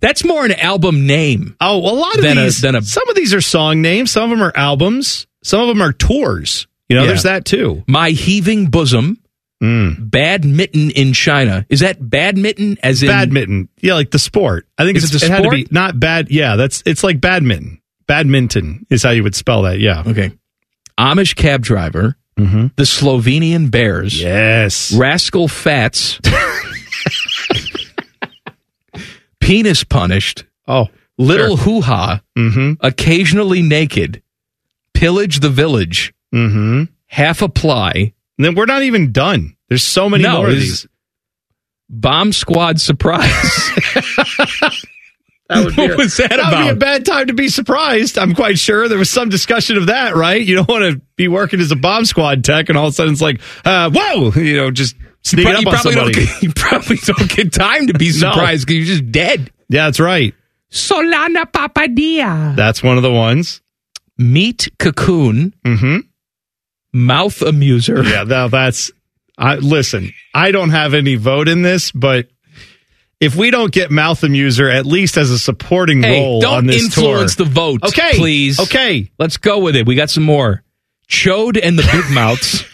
S2: That's more an album name.
S6: Oh, a lot of
S2: Than a-
S6: these.
S2: than a-
S6: some of these are song names. Some of them are albums. Some of them are tours. You know,
S2: Yeah.
S6: there's that too. Mm.
S2: My heaving bosom. Badminton in China. Is that badminton as in
S6: badminton? Yeah, like the sport. I think
S2: Is
S6: it's
S2: it the
S6: it had to
S2: sport?
S6: be not bad. Yeah, that's it's like badminton. Badminton is how you would spell that. Yeah.
S2: Okay. Amish cab driver. The Slovenian Bears.
S6: Mm-hmm. Yes.
S2: Rascal Fats. penis punished.
S6: Oh.
S2: Little hoo ha.
S6: Mm-hmm.
S2: Occasionally naked. Pillage the village.
S6: Mm-hmm.
S2: Half apply.
S6: Then we're not even done. There's so many more of these.
S2: Bomb Squad surprise.
S6: That would
S2: What was that
S6: would be a
S2: about?
S6: bad time to be surprised. I'm quite sure there was some discussion of that, right? You don't want to be working as a bomb squad tech, and all of a sudden it's like, uh, whoa, you know, just sneak
S2: But
S6: up
S2: you
S6: on
S2: probably
S6: somebody.
S2: don't get- you probably don't get time to be
S6: No.
S2: surprised because you're just dead.
S6: Yeah, that's right.
S11: Solana Papadia.
S6: That's one of the ones.
S2: Meat cocoon.
S6: Mm-hmm.
S2: Mouth amuser.
S6: Yeah, now that's. I listen. I don't have any vote in this, but if we don't get mouth amuser at least as a supporting
S2: Hey,
S6: role
S2: don't
S6: on this
S2: influence
S6: tour,
S2: the vote,
S6: okay,
S2: please.
S6: okay,
S2: Let's go with it. We got some more. Chode and the Big Mouths.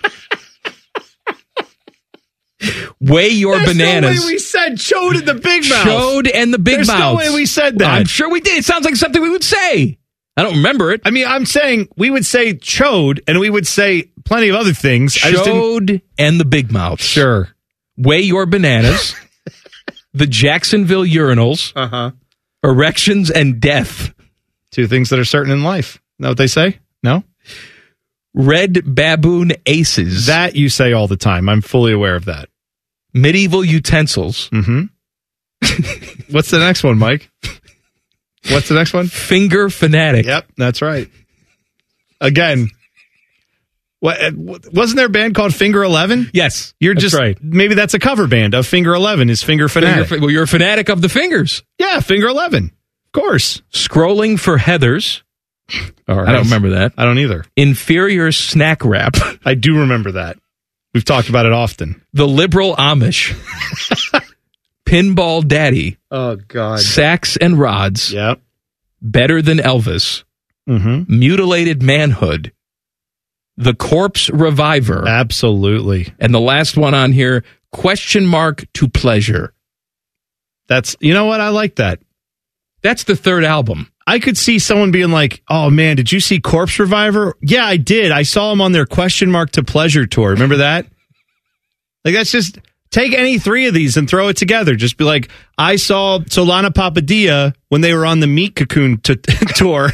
S2: Weigh your
S6: There's no way
S2: bananas.
S6: we said chode and the big mouth.
S2: Chode and the Big
S6: There's no
S2: Mouths.
S6: way we said that.
S2: I'm sure we did. It sounds like something we would say. I don't remember it.
S6: I mean, I'm saying we would say chode and we would say plenty of other things. I just didn't,
S2: Chode and the Big Mouth.
S6: Sure.
S2: Weigh your bananas. the Jacksonville urinals.
S6: Uh-huh.
S2: Erections and death.
S6: Two things that are certain in life. Know what they say? No?
S2: Red baboon aces.
S6: That you say all the time. I'm fully aware of that.
S2: Medieval utensils.
S6: Mm-hmm. What's the next one, Mike? What's the next one?
S2: Finger fanatic.
S6: Yep, that's right. Again, what, uh, wasn't there a band called Finger Eleven?
S2: Yes,
S6: you're
S2: that's
S6: just
S2: right.
S6: maybe that's a cover band of Finger Eleven. Is Finger
S2: Finger,
S6: Fanatic?
S2: well, you're a fanatic of the fingers.
S6: yeah, Finger Eleven, of course.
S2: Scrolling for heathers.
S6: All
S2: I don't remember that.
S6: I don't either.
S2: Inferior snack wrap.
S6: I do remember that. We've talked about it often.
S2: The liberal Amish. Pinball daddy.
S6: Oh God.
S2: Sacks and rods.
S6: Yep.
S2: Better than Elvis.
S6: Mm-hmm.
S2: Mutilated manhood. The corpse reviver.
S6: Absolutely.
S2: And the last one on here. Question mark to pleasure.
S6: That's you know what I like that.
S2: That's the third album.
S6: I could see someone being like, "Oh man, did you see Corpse Reviver? Yeah, I did. I saw him on their question mark to pleasure tour. Remember that? Like that's just take any three of these and throw it together. Just be like, I saw Solana Papadia when they were on the Meat Cocoon t- tour.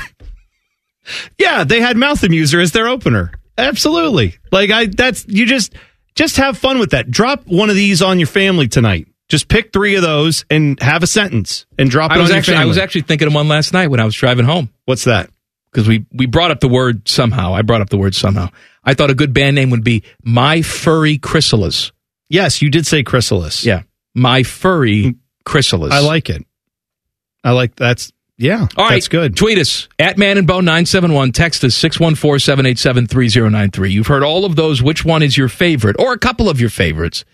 S6: yeah, they had Mouth Amuser as their opener. Absolutely. Like I, that's you just just have fun with that. Drop one of these on your family tonight. Just pick three of those and have a sentence and drop it
S2: I was
S6: on
S2: actually
S6: your family.
S2: I was actually thinking of one last night when I was driving home.
S6: What's that?
S2: because we we brought up the word somehow. I brought up the word somehow. I thought a good band name would be My Furry Chrysalis.
S6: Yes, you did say chrysalis. Hmm.
S2: Yeah, My Furry Chrysalis.
S6: I like it. I like that's yeah.
S2: All right,
S6: that's good.
S2: Tweet us at Man and Bone nine seven one. Text us 614-787-3093. You've heard all of those. Which one is your favorite, or a couple of your favorites?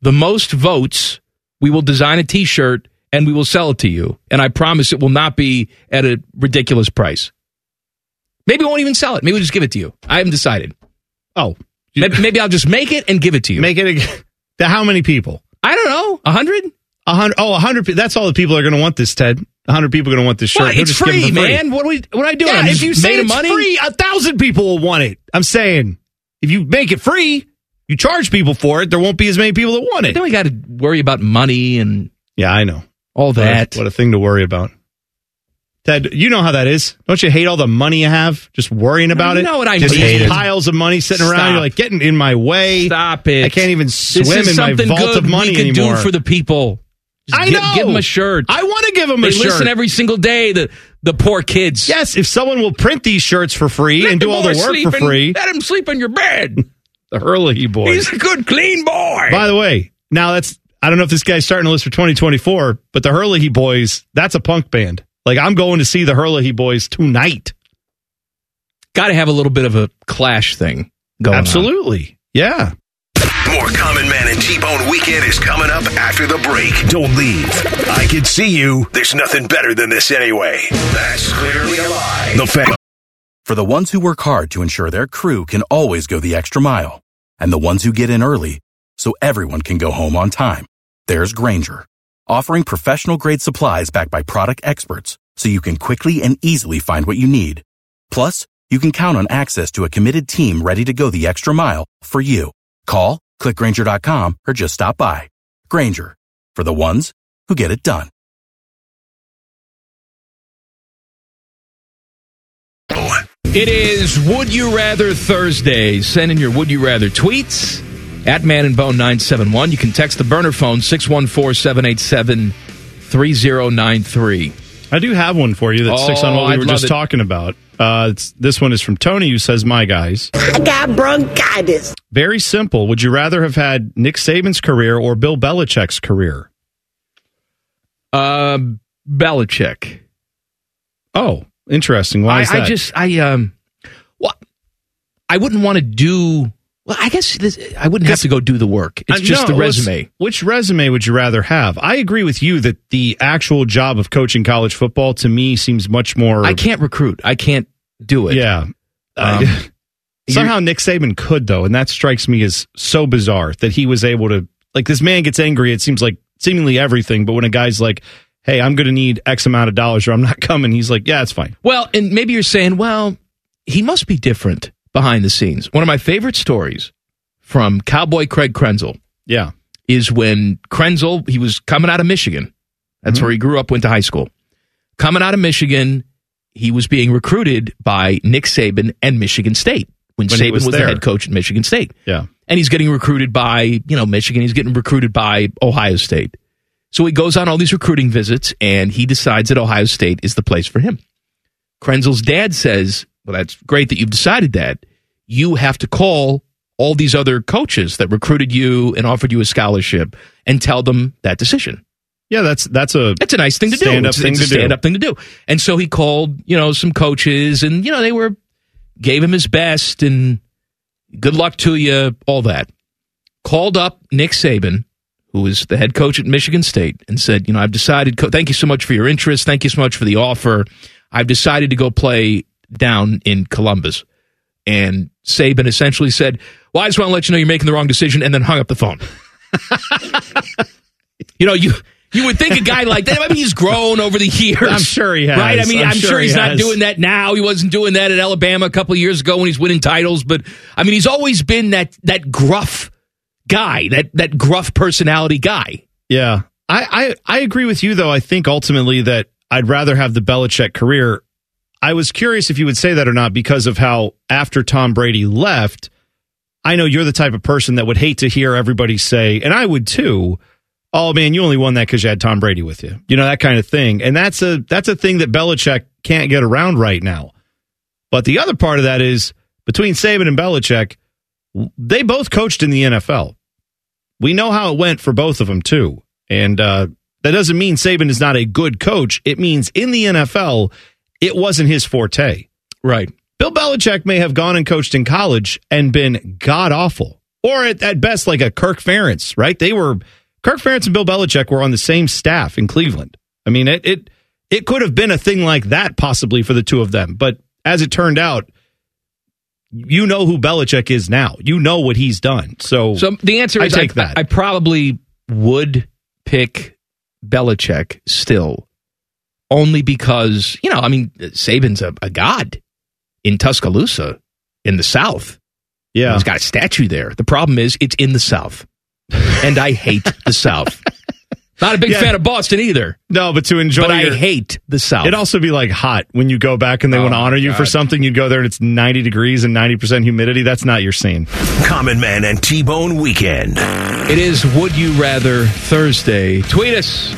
S2: The most votes, we will design a T-shirt and we will sell it to you. And I promise it will not be at a ridiculous price. Maybe we won't even sell it. Maybe we'll just give it to you. I haven't decided.
S6: Oh, you-
S2: Maybe, maybe I'll just make it and give it to you.
S6: make it a, to how many people?
S2: I don't know. A hundred?
S6: A hundred. Oh, a hundred. pe- That's all the people are going to want this. Ted. A hundred people are going to want this shirt.
S2: What?
S6: We'll
S2: It's
S6: just give them
S2: free,
S6: for free.
S2: man. What are we? What am I doing?
S6: Yeah,
S2: I'm
S6: if
S2: just
S6: you say
S2: made of
S6: it's
S2: money?
S6: free, a thousand people will want it. I'm saying if you make it free, you charge people for it. There won't be as many people that want it.
S2: Then we got to worry about money and
S6: Yeah, I know
S2: all that.
S6: What a, what a thing to worry about. Ted, you know how that is. Don't you hate all the money you have? Just worrying about
S2: you
S6: it.
S2: know what I
S6: Just
S2: hate it.
S6: Piles of money sitting
S2: Stop.
S6: around. You're like getting in my way.
S2: Stop it!
S6: I can't even
S2: This
S6: swim
S2: is
S6: in my
S2: something
S6: vault
S2: good
S6: of money
S2: we can
S6: anymore.
S2: do for the people. Just
S6: I
S2: gi-
S6: know.
S2: Give them a shirt.
S6: I want to give them
S2: they
S6: a shirt.
S2: listen every single day. The the poor kids.
S6: yes, if someone will print these shirts for free
S2: Let
S6: and do
S2: the
S6: all the
S2: boy
S6: work
S2: sleep
S6: for
S2: in-
S6: free,
S2: Let him sleep in your bed.
S6: the Hurley boy.
S2: He's a good, clean boy.
S6: By the way, now that's I don't know if this guy's starting a list for 2024, but the Hurley Boys, that's a punk band. Like I'm going to see the Hurley Boys tonight.
S2: Got to have a little bit of a clash thing going on.
S6: Absolutely. Yeah.
S1: More Common Man and T-Bone Weekend is coming up after the break. Don't leave. I can see you. There's nothing better than this anyway. That's clearly a lie. The fa-
S10: For the ones who work hard to ensure their crew can always go the extra mile, and the ones who get in early so everyone can go home on time, there's Granger, offering professional grade supplies backed by product experts so you can quickly and easily find what you need. Plus, you can count on access to a committed team ready to go the extra mile for you. Call, click clickgranger.com, or just stop by. Granger, for the ones who get it done.
S2: It is Would You Rather Thursday. Send in your Would You Rather tweets at Man and Bone 971. You can text the burner phone 614 787 3093.
S6: I do have one for you that's six on
S2: Oh,
S6: what we were just talking about. Uh, it's, this one is from Tony, who says, "My guys, I got bronchitis." Very simple. Would you rather have had Nick Saban's career or Bill Belichick's career?
S2: Uh, Belichick.
S6: Oh, interesting.
S2: I,
S6: Why is that?
S2: I just I um well I wouldn't want to do well I guess this I wouldn't have to go do the work. It's
S6: Uh,
S2: just
S6: no,
S2: the
S6: let's-
S2: resume.
S6: Which resume would you rather have? I agree with you that the actual job of coaching college football to me seems much more. I
S2: can't recruit. I can't do it. Um,
S6: Yeah. Uh, somehow Nick Saban could though, and that strikes me as so bizarre that he was able to like this man gets angry. It seems like seemingly everything, but when a guy's like, "Hey, I'm going to need X amount of dollars or I'm not coming," he's like, "Yeah, it's fine."
S2: Well, and maybe you're saying, well, he must be different behind the scenes. One of my favorite stories from Cowboy Craig Krenzel.
S6: Yeah.
S2: Is when Krenzel, he was coming out of Michigan. That's
S6: Mm-hmm.
S2: where he grew up, went to high school. Coming out of Michigan, he was being recruited by Nick Saban and Michigan State when,
S6: When he
S2: Saban
S6: was
S2: was, the
S6: there.
S2: head coach at Michigan State.
S6: Yeah.
S2: And he's getting recruited by, you know, Michigan. He's getting recruited by Ohio State. So he goes on all these recruiting visits and he decides that Ohio State is the place for him. Krenzel's dad says, Well, that's great that you've decided that. You have to call all these other coaches that recruited you and offered you a scholarship and tell them that decision.
S6: Yeah, that's that's a
S2: that's a nice thing to do.
S6: stand-up
S2: It's-
S6: thing
S2: it's
S6: to
S2: a
S6: do.
S2: stand up thing to do. And so he called, you know, some coaches, and you know they were gave him his best and good luck to you, all that. Called up Nick Saban, who was the head coach at Michigan State, and said, you know, I've decided. Co- thank you so much for your interest. Thank you so much for the offer. I've decided to go play down in Columbus. And Saban essentially said, "Well, I just want to let you know you're making the wrong decision," and then hung up the phone. You know, you you would think a guy like that. I mean, he's grown over the years.
S6: I'm sure he has.
S2: Right? I mean,
S6: I'm
S2: I'm,
S6: sure
S2: sure,
S6: he
S2: he's not
S6: has.
S2: doing that now. He wasn't doing that at Alabama a couple of years ago when he's winning titles. But I mean, he's always been that that gruff guy, that that gruff personality guy.
S6: Yeah. I, I, I agree with you, though. I think ultimately that I'd rather have the Belichick career. I was curious if you would say that or not because of how after Tom Brady left, I know you're the type of person that would hate to hear everybody say, and I would too. Oh man, you only won that because you had Tom Brady with you. You know that kind of thing, and that's a that's a thing that Belichick can't get around right now. But the other part of that is between Saban and Belichick, they both coached in the NFL we know how it went for both of them too, and uh, that doesn't mean Saban is not a good coach. It means in the NFL, it wasn't his forte.
S2: Right.
S6: Bill Belichick may have gone and coached in college and been god awful, or at, at best like a Kirk Ferentz. Right? They were Kirk Ferentz and Bill Belichick were on the same staff in Cleveland. I mean, it it it could have been a thing like that possibly for the two of them, but as it turned out. You know who Belichick is now. You know what he's done. So,
S2: So the answer is
S6: I take
S2: I,
S6: that.
S2: I probably would pick Belichick still, only because you know I mean Saban's a, a god in Tuscaloosa in the South.
S6: Yeah,
S2: he's got a statue there. The problem is it's in the South, and I hate the South. Not a big
S6: Yeah.
S2: fan of Boston either.
S6: No, but to enjoy.
S2: But
S6: your-
S2: I hate the South. Oh
S6: It'd also be like hot when you go back and they want to honor you for
S1: God.
S6: something. You'd go there and it's 90 degrees and 90% humidity. That's not your scene.
S1: Common Man and T-Bone Weekend.
S2: It is Would You Rather Thursday. Tweet us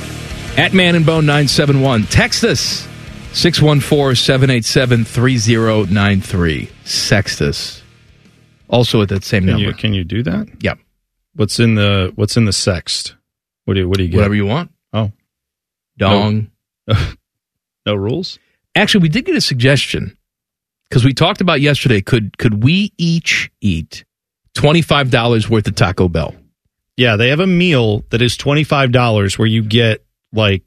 S2: at Man and Bone 971. Text us 614 787 3093. Sext us. Also at that same
S6: Can
S2: number.
S6: you, can you do that?
S2: Yep.
S6: What's in the What's in the sext? What do you, What do you get?
S2: Whatever you want.
S6: Oh,
S2: Dong.
S6: no rules?
S2: Actually, we did get a suggestion because we talked about yesterday. Could could we each eat $25 worth of Taco Bell.
S6: Yeah, they have a meal that is twenty five dollars where you get like,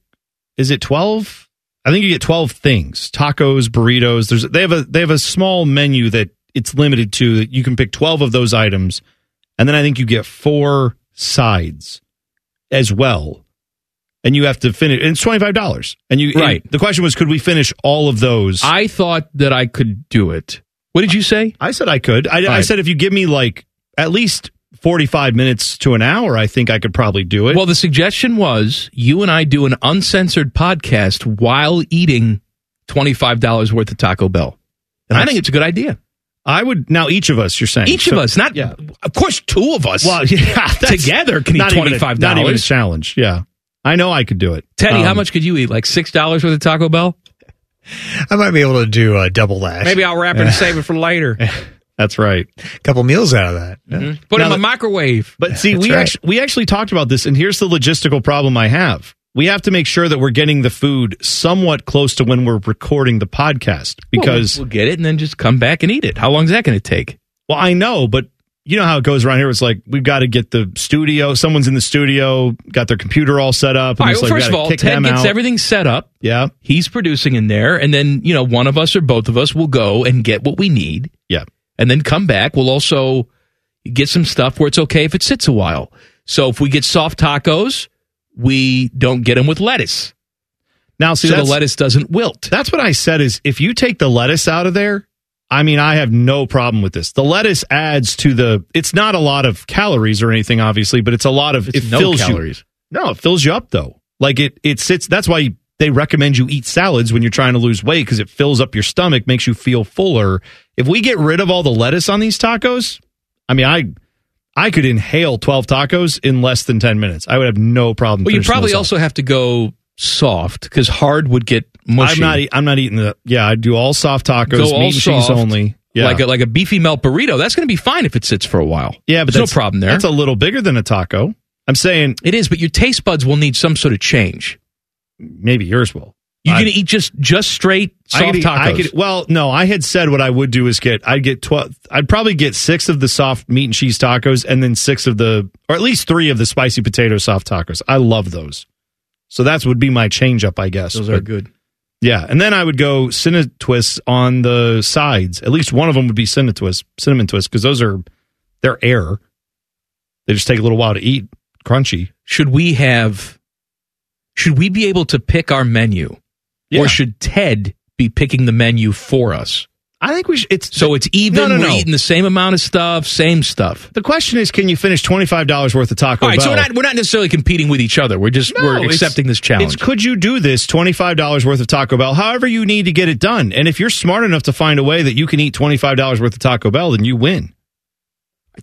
S6: is it twelve? I think you get twelve things: tacos, burritos. There's they have a they have a small menu that it's limited to. That you can pick twelve of those items, and then I think you get four sides as well. And you have to finish. And it's twenty five dollars. And you and
S2: Right.
S6: the question was, could we finish all of those?
S2: I thought that I could do it. What did you say?
S6: I said I could. I, I
S2: right.
S6: said if you give me like at least forty five minutes to an hour, I think I could probably do it.
S2: Well, the suggestion was you and I do an uncensored podcast while eating $25 worth of Taco Bell. And I think it's a good idea.
S6: I would now each of us. You're saying
S2: Each of
S6: So-
S2: us, not of course two of us.
S6: Well, yeah, that's
S2: together can eat
S6: not even a-
S2: twenty five
S6: Not even a
S2: dollars.
S6: challenge. Yeah, I know I could do it.
S2: Teddy, how
S6: Um,
S2: much could you eat? Like six dollars worth of Taco Bell?
S5: I might be able to do a double lash.
S2: Maybe I'll wrap it and save it for later. Mm-hmm.
S6: That's right.
S5: A couple meals out of that.
S2: Put it in
S6: Now
S2: my
S6: that-
S2: microwave.
S6: But see, we actually we actually talked about this, and here's the logistical problem I have. We have to make sure that we're getting the food somewhat close to when we're recording the podcast because
S2: we'll, we'll get it and then just come back and eat it. How long is that going to take?
S6: Well, I know, but you know how it goes around here. It's like we've got to get the studio. Someone's in the studio, got their computer all set up.
S2: All right.
S6: it's
S2: Well,
S6: like we
S2: first of
S6: gotta
S2: all,
S6: kick
S2: Ted
S6: them
S2: gets
S6: out.
S2: everything set up.
S6: Yeah,
S2: he's producing in there, and then you know one of us or both of us will go and get what we need.
S6: Yeah,
S2: and then come back. We'll also get some stuff where it's okay if it sits a while. So if we get soft tacos, we don't get them with lettuce.
S6: Now, see,
S2: so the
S6: that's-
S2: lettuce doesn't wilt.
S6: That's what I said is if you take the lettuce out of there, I mean, I have no problem with this. The lettuce adds to the it's not a lot of calories or anything obviously, but it's a lot of
S2: It's
S6: it
S2: no
S6: fills
S2: calories.
S6: you. No, it fills you up though. Like it it sits that's why they recommend you eat salads when you're trying to lose weight cuz it fills up your stomach, makes you feel fuller. If we get rid of all the lettuce on these tacos, I mean, I I could inhale 12 tacos in less than 10 minutes. I would have no problem.
S2: Well, you
S6: finishing
S2: probably
S6: those off.
S2: also have to go soft because hard would get mushy.
S6: I'm not. e- I'm not eating the. Yeah, I do all soft tacos,
S2: go
S6: meat
S2: all
S6: and cheese
S2: soft,
S6: only. Yeah,
S2: like a, like a beefy melt burrito. That's going to be fine if it sits for a while.
S6: yeah, but
S2: there's
S6: that's-
S2: no problem there.
S6: That's a little bigger than a taco. I'm saying
S2: it is, but your taste buds will need some sort of change.
S6: Maybe yours will.
S2: You're
S6: I-
S2: going to eat just just straight soft
S6: I could eat-
S2: tacos.
S6: I could- e, well, no, I had said what I would do is get. I'd get twelve. I'd probably get six of the soft meat and cheese tacos, and then six of the, or at least three of the spicy potato soft tacos. I love those. So that would be my change up, I guess.
S2: Those are
S6: But-
S2: good.
S6: Yeah, and then I would go cinnamon twists on the sides. At least one of them would be cinnamon twist, cinnamon twist, because those are they're air. They just take a little while to eat. Crunchy.
S2: Should we have? Should we be able to pick our menu, or should Ted be picking the menu for us?
S6: I think we should. It's
S2: so it's even.
S6: No, no,
S2: we're
S6: no.
S2: eating the same amount of stuff, same stuff.
S6: The question is, can you finish twenty five dollars worth of Taco
S2: All right,
S6: Bell?
S2: so we're not we're not necessarily competing with each other. We're just
S6: No,
S2: we're
S6: it's-
S2: accepting this challenge.
S6: It's could you do this twenty five dollars worth of Taco Bell? However, you need to get it done. And if you're smart enough to find a way that you can eat twenty five dollars worth of Taco Bell, then you win.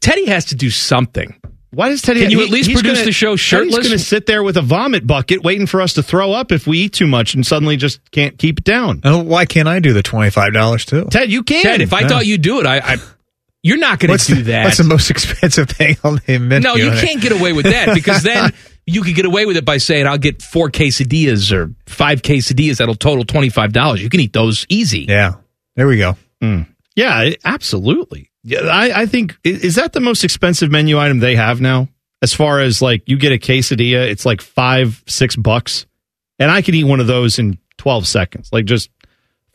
S2: Teddy has to do something.
S6: Why does Teddy?
S2: Can you
S6: he-
S2: at least
S6: he's
S2: produce
S6: gonna-
S2: the show
S6: Teddy's
S2: shirtless?
S6: going to sit there with a vomit bucket, waiting for us to throw up if we eat too much, and suddenly just can't keep it down.
S5: Oh, why can't I do the twenty five dollars too?
S6: Ted, you can.
S2: Ted, if I
S5: Yeah.
S2: thought you'd do it, I, I you're not going to
S5: What's
S2: do
S5: the-
S2: that.
S5: What's the most expensive thing on the menu?
S2: no, you can't get away with that because then you could get away with it by saying I'll get four quesadillas or five quesadillas that'll total twenty five dollars. You can eat those easy.
S5: Yeah, there we go.
S2: Mm.
S6: Yeah, it- Eh, absolutely. Yeah, I, I think i- is that the most expensive menu item they have now? As far as like you get a quesadilla, it's like five, six bucks, and I can eat one of those in twelve seconds. Like just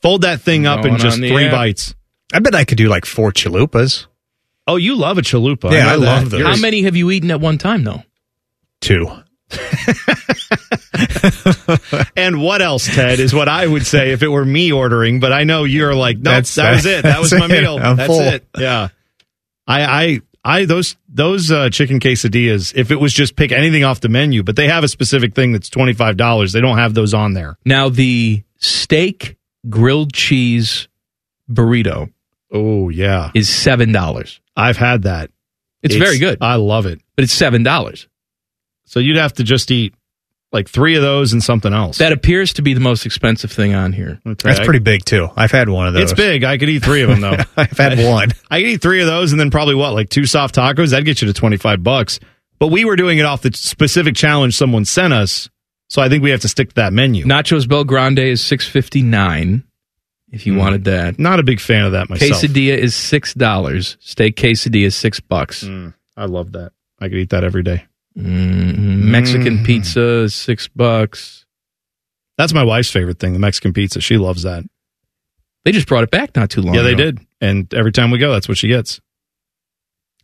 S6: fold that thing up
S5: Going
S6: and just
S5: on the
S6: three
S5: app.
S6: bites.
S5: I bet I could do like four chalupas.
S6: Oh, you love a chalupa.
S5: Yeah,
S6: know
S5: I
S6: that.
S5: love those.
S6: You're-
S2: How many have you eaten at one time though?
S5: Two.
S6: And what else, Ted, is what I would say if it were me ordering, but I know you're like, no,
S5: That's-
S6: that was it. That was
S5: that's
S6: my
S5: it.
S6: meal.
S5: I'm
S6: that's
S5: full.
S6: it. Yeah. I I I those those uh, chicken quesadillas, if it was just pick anything off the menu, but they have a specific thing that's twenty five dollars. They don't have those on there.
S2: Now the steak grilled cheese burrito.
S6: Oh yeah.
S2: Is seven dollars.
S6: I've had that.
S2: It's, very good.
S6: I love it.
S2: But it's seven dollars.
S6: So you'd have to just eat like three of those and something else.
S2: That appears to be the most expensive thing on here.
S5: That's pretty big too. I've had one of those.
S6: It's big. I could eat three of them though.
S5: I've had one.
S6: I could eat three of those and then probably what, like two soft tacos? That'd get you to 25 bucks. But we were doing it off the specific challenge someone sent us. So I think we have to stick to that menu.
S2: Nachos Bel Grande is six fifty nine. if you wanted that.
S6: Mm. Not a big fan of that myself.
S2: Quesadilla is six dollars. Steak quesadilla is six bucks.
S6: Mm, I love that. I could eat that every day.
S2: Mm. Mm-hmm.
S6: Mm.
S2: Mexican pizza is six bucks.
S6: That's my wife's favorite thing, the Mexican pizza. She loves that.
S2: They just brought it back not too long
S6: Yeah, they
S2: ago.
S6: did. And every time we go, that's what she gets.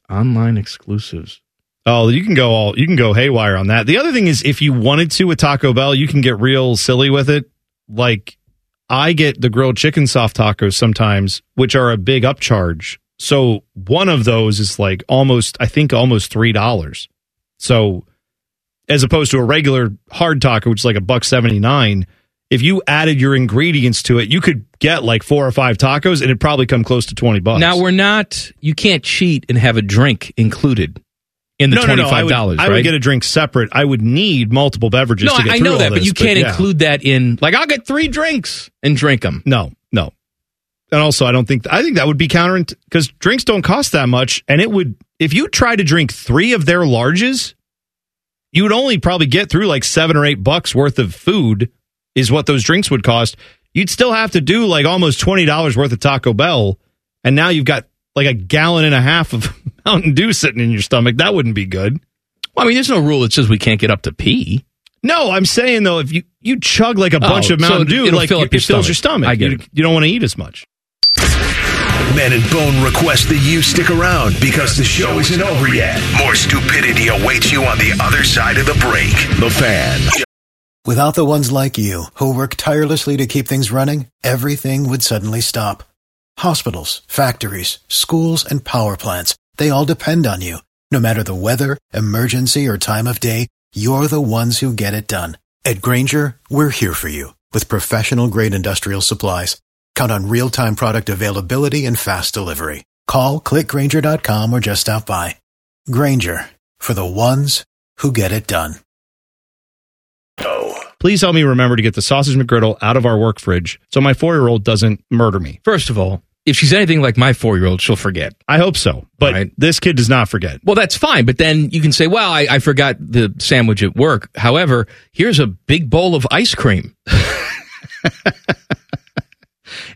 S2: Online exclusives.
S6: Oh, you can go all you can go haywire on that. The other thing is if you wanted to with Taco Bell, you can get real silly with it. Like I get the grilled chicken soft tacos sometimes, which are a big upcharge. So one of those is like almost I think almost three dollars. So as opposed to a regular hard taco, which is like a buck seventy nine. If you added your ingredients to it, you could get like four or five tacos, and it'd probably come close to twenty bucks.
S2: Now we're not. You can't cheat and have a drink included in the
S6: No, no,
S2: twenty
S6: no, I
S2: five
S6: would-
S2: dollars.
S6: I would get a drink separate. I would need multiple beverages.
S2: No,
S6: to get
S2: I
S6: through
S2: know
S6: all
S2: that, but
S6: this,
S2: you can't
S6: yeah.
S2: include that in. Like I'll get three drinks and drink them.
S6: No, no. And also, I don't think I think that would be counter because drinks don't cost that much, and it would if you try to drink three of their larges, you would only probably get through like seven or eight bucks worth of food is what those drinks would cost. You'd still have to do like almost twenty dollars worth of Taco Bell, and now you've got like a gallon and a half of Mountain Dew sitting in your stomach. That wouldn't be good.
S2: Well, I mean, there's no rule that says we can't get up to pee.
S6: No, I'm saying though, if you you chug like a bunch
S2: Oh,
S6: of Mountain
S2: so
S6: Dew,
S2: it'll
S6: like
S2: fill up
S6: it,
S2: your
S6: it fills your
S2: stomach.
S6: stomach.
S2: I get
S6: you,
S2: it.
S6: you don't want to eat as much.
S1: Man and Bone request that you stick around because the show isn't over yet. More stupidity awaits you on the other side of the break. The Fan.
S8: Without the ones like you, who work tirelessly to keep things running, everything would suddenly stop. Hospitals, factories, schools, and power plants, they all depend on you. No matter the weather, emergency, or time of day, you're the ones who get it done. At Granger, we're here for you with professional grade industrial supplies. Count on real time product availability and fast delivery. Call clickgranger.com or just stop by. Granger for the ones who get it done.
S6: Please help me remember to get the sausage McGriddle out of our work fridge so my four year old doesn't murder me.
S2: First of all, if she's anything like my four year old, she'll forget.
S6: I hope so, but this kid does not forget.
S2: Well, that's fine, but then you can say, "Well, I, I forgot the sandwich at work." However, here's a big bowl of ice cream.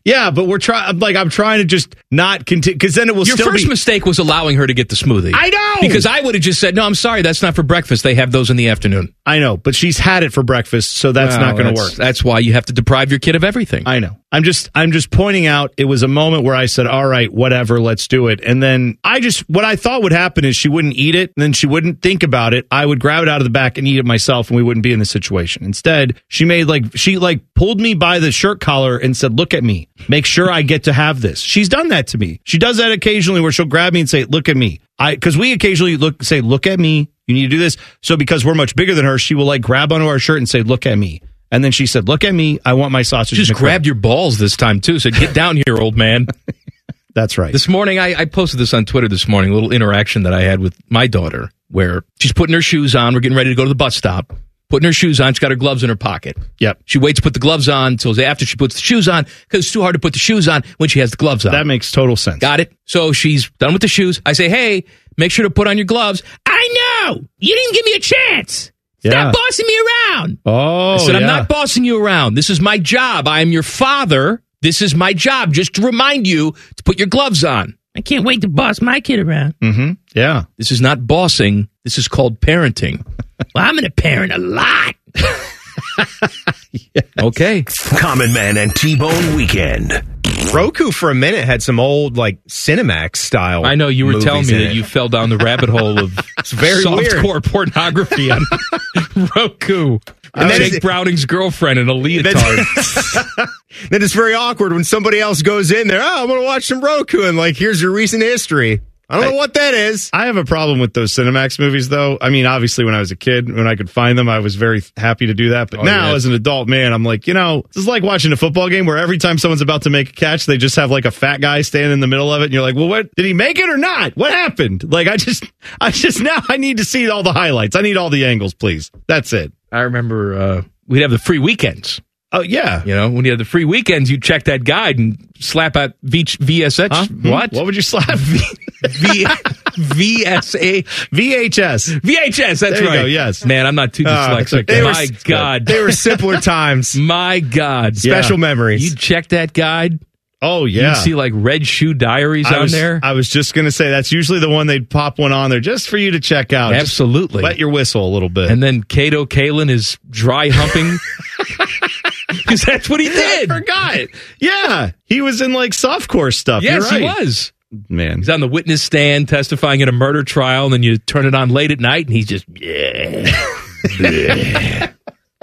S6: Yeah, but we're trying. Like I'm trying to just not continue because then it will
S2: Your
S6: still
S2: first
S6: be.
S2: mistake was allowing her to get the smoothie.
S6: I know!
S2: because I would have just said, "No, I'm sorry, that's not for breakfast. They have those in the afternoon."
S6: I know, but she's had it for breakfast, so that's
S2: Well,
S6: not going to
S2: that's-
S6: work.
S2: That's why you have to deprive your kid of everything.
S6: I know. I'm just I'm just pointing out it was a moment where I said, "All right, whatever, let's do it." And then I just what I thought would happen is she wouldn't eat it, and then she wouldn't think about it. I would grab it out of the back and eat it myself, and we wouldn't be in this situation. Instead, she made like she like pulled me by the shirt collar and said, "Look at me. Make sure I get to have this." She's done that to me. She does that occasionally where she'll grab me and say, "Look at me." I cuz we occasionally look say, "Look at me. You need to do this." So because we're much bigger than her, she will like grab onto our shirt and say, "Look at me." And then she said, "Look at me. I want my sausage."
S2: Just
S6: McRib."
S2: grabbed your balls this time too. Said, "Get down here, old man."
S6: That's right.
S2: This morning, I, I posted this on Twitter. This morning, a little interaction that I had with my daughter, where she's putting her shoes on. We're getting ready to go to the bus stop. Putting her shoes on, she's got her gloves in her pocket.
S6: Yep.
S2: She waits to put the gloves on until after she puts the shoes on because it's too hard to put the shoes on when she has the gloves on.
S6: That makes total sense.
S2: Got it. So she's done with the shoes. I say, "Hey, make sure to put on your gloves." I know you didn't give me a chance. Stop
S11: Yeah.
S2: bossing me around.
S6: Oh,
S2: I said, I'm
S11: yeah.
S2: not bossing you around. This is my job. I am your father. This is my job, just to remind you to put your gloves on. I can't wait to boss my kid around.
S6: Mm-hmm. Yeah.
S2: This is not bossing. This is called parenting. well, I'm going to parent a lot. Okay.
S1: Common Man and T Bone Weekend.
S7: Roku for a minute had some old like Cinemax style.
S2: I know you were
S7: movies
S2: telling me
S7: in
S2: that
S7: it.
S2: you fell down the rabbit hole of
S7: It's very
S2: softcore
S7: weird.
S2: pornography on Roku. And
S7: And then
S2: Jake
S7: it-
S2: Browning's girlfriend in a leotard.
S7: then it's very awkward when somebody else goes in there. Oh, I'm going to watch some Roku and like, here's your recent history. I don't know what that is.
S6: I have a problem with those Cinemax movies, though. I mean, obviously, when I was a kid, when I could find them, I was very happy to do that. But
S7: Oh,
S6: now,
S7: yeah.
S6: as an adult man, I'm like, you know, this is like watching a football game where every time someone's about to make a catch, they just have like a fat guy standing in the middle of it, and you're like, well, what did he make it or not? What happened? Like, I just, I just now I need to see all the highlights. I need all the angles, please. That's it.
S2: I remember uh, we'd have the free weekends.
S6: Oh yeah,
S2: you know when you had the free weekends, you check that guide and slap out v- VSX.
S6: Huh?
S2: Hmm? What?
S6: What would you slap? V-
S2: v- VSA
S6: VHS
S2: VHS. That's
S6: There you
S2: right.
S6: go, yes.
S2: man, I'm not too
S6: Ah,
S2: dyslexic.
S6: they were
S2: My
S6: s-
S2: God,
S6: they were simpler times.
S2: My God,
S6: Special memories.
S2: You check that guide.
S6: Oh yeah.
S2: you see like red shoe diaries
S6: I
S2: on
S6: was,
S2: there.
S6: I was just going to say that's usually the one they'd pop one on there just for you to check out. Just
S2: Absolutely.
S6: wet your whistle a little bit.
S2: And then Cato Kalin is dry humping. Because that's what he did. I
S6: forgot. Yeah, he was in like softcore stuff.
S2: Yes,
S6: You're
S2: he
S6: right.
S2: was.
S6: Man,
S2: he's on the witness stand testifying in a murder trial, and then you turn it on late at night, and he's just yeah. bleh,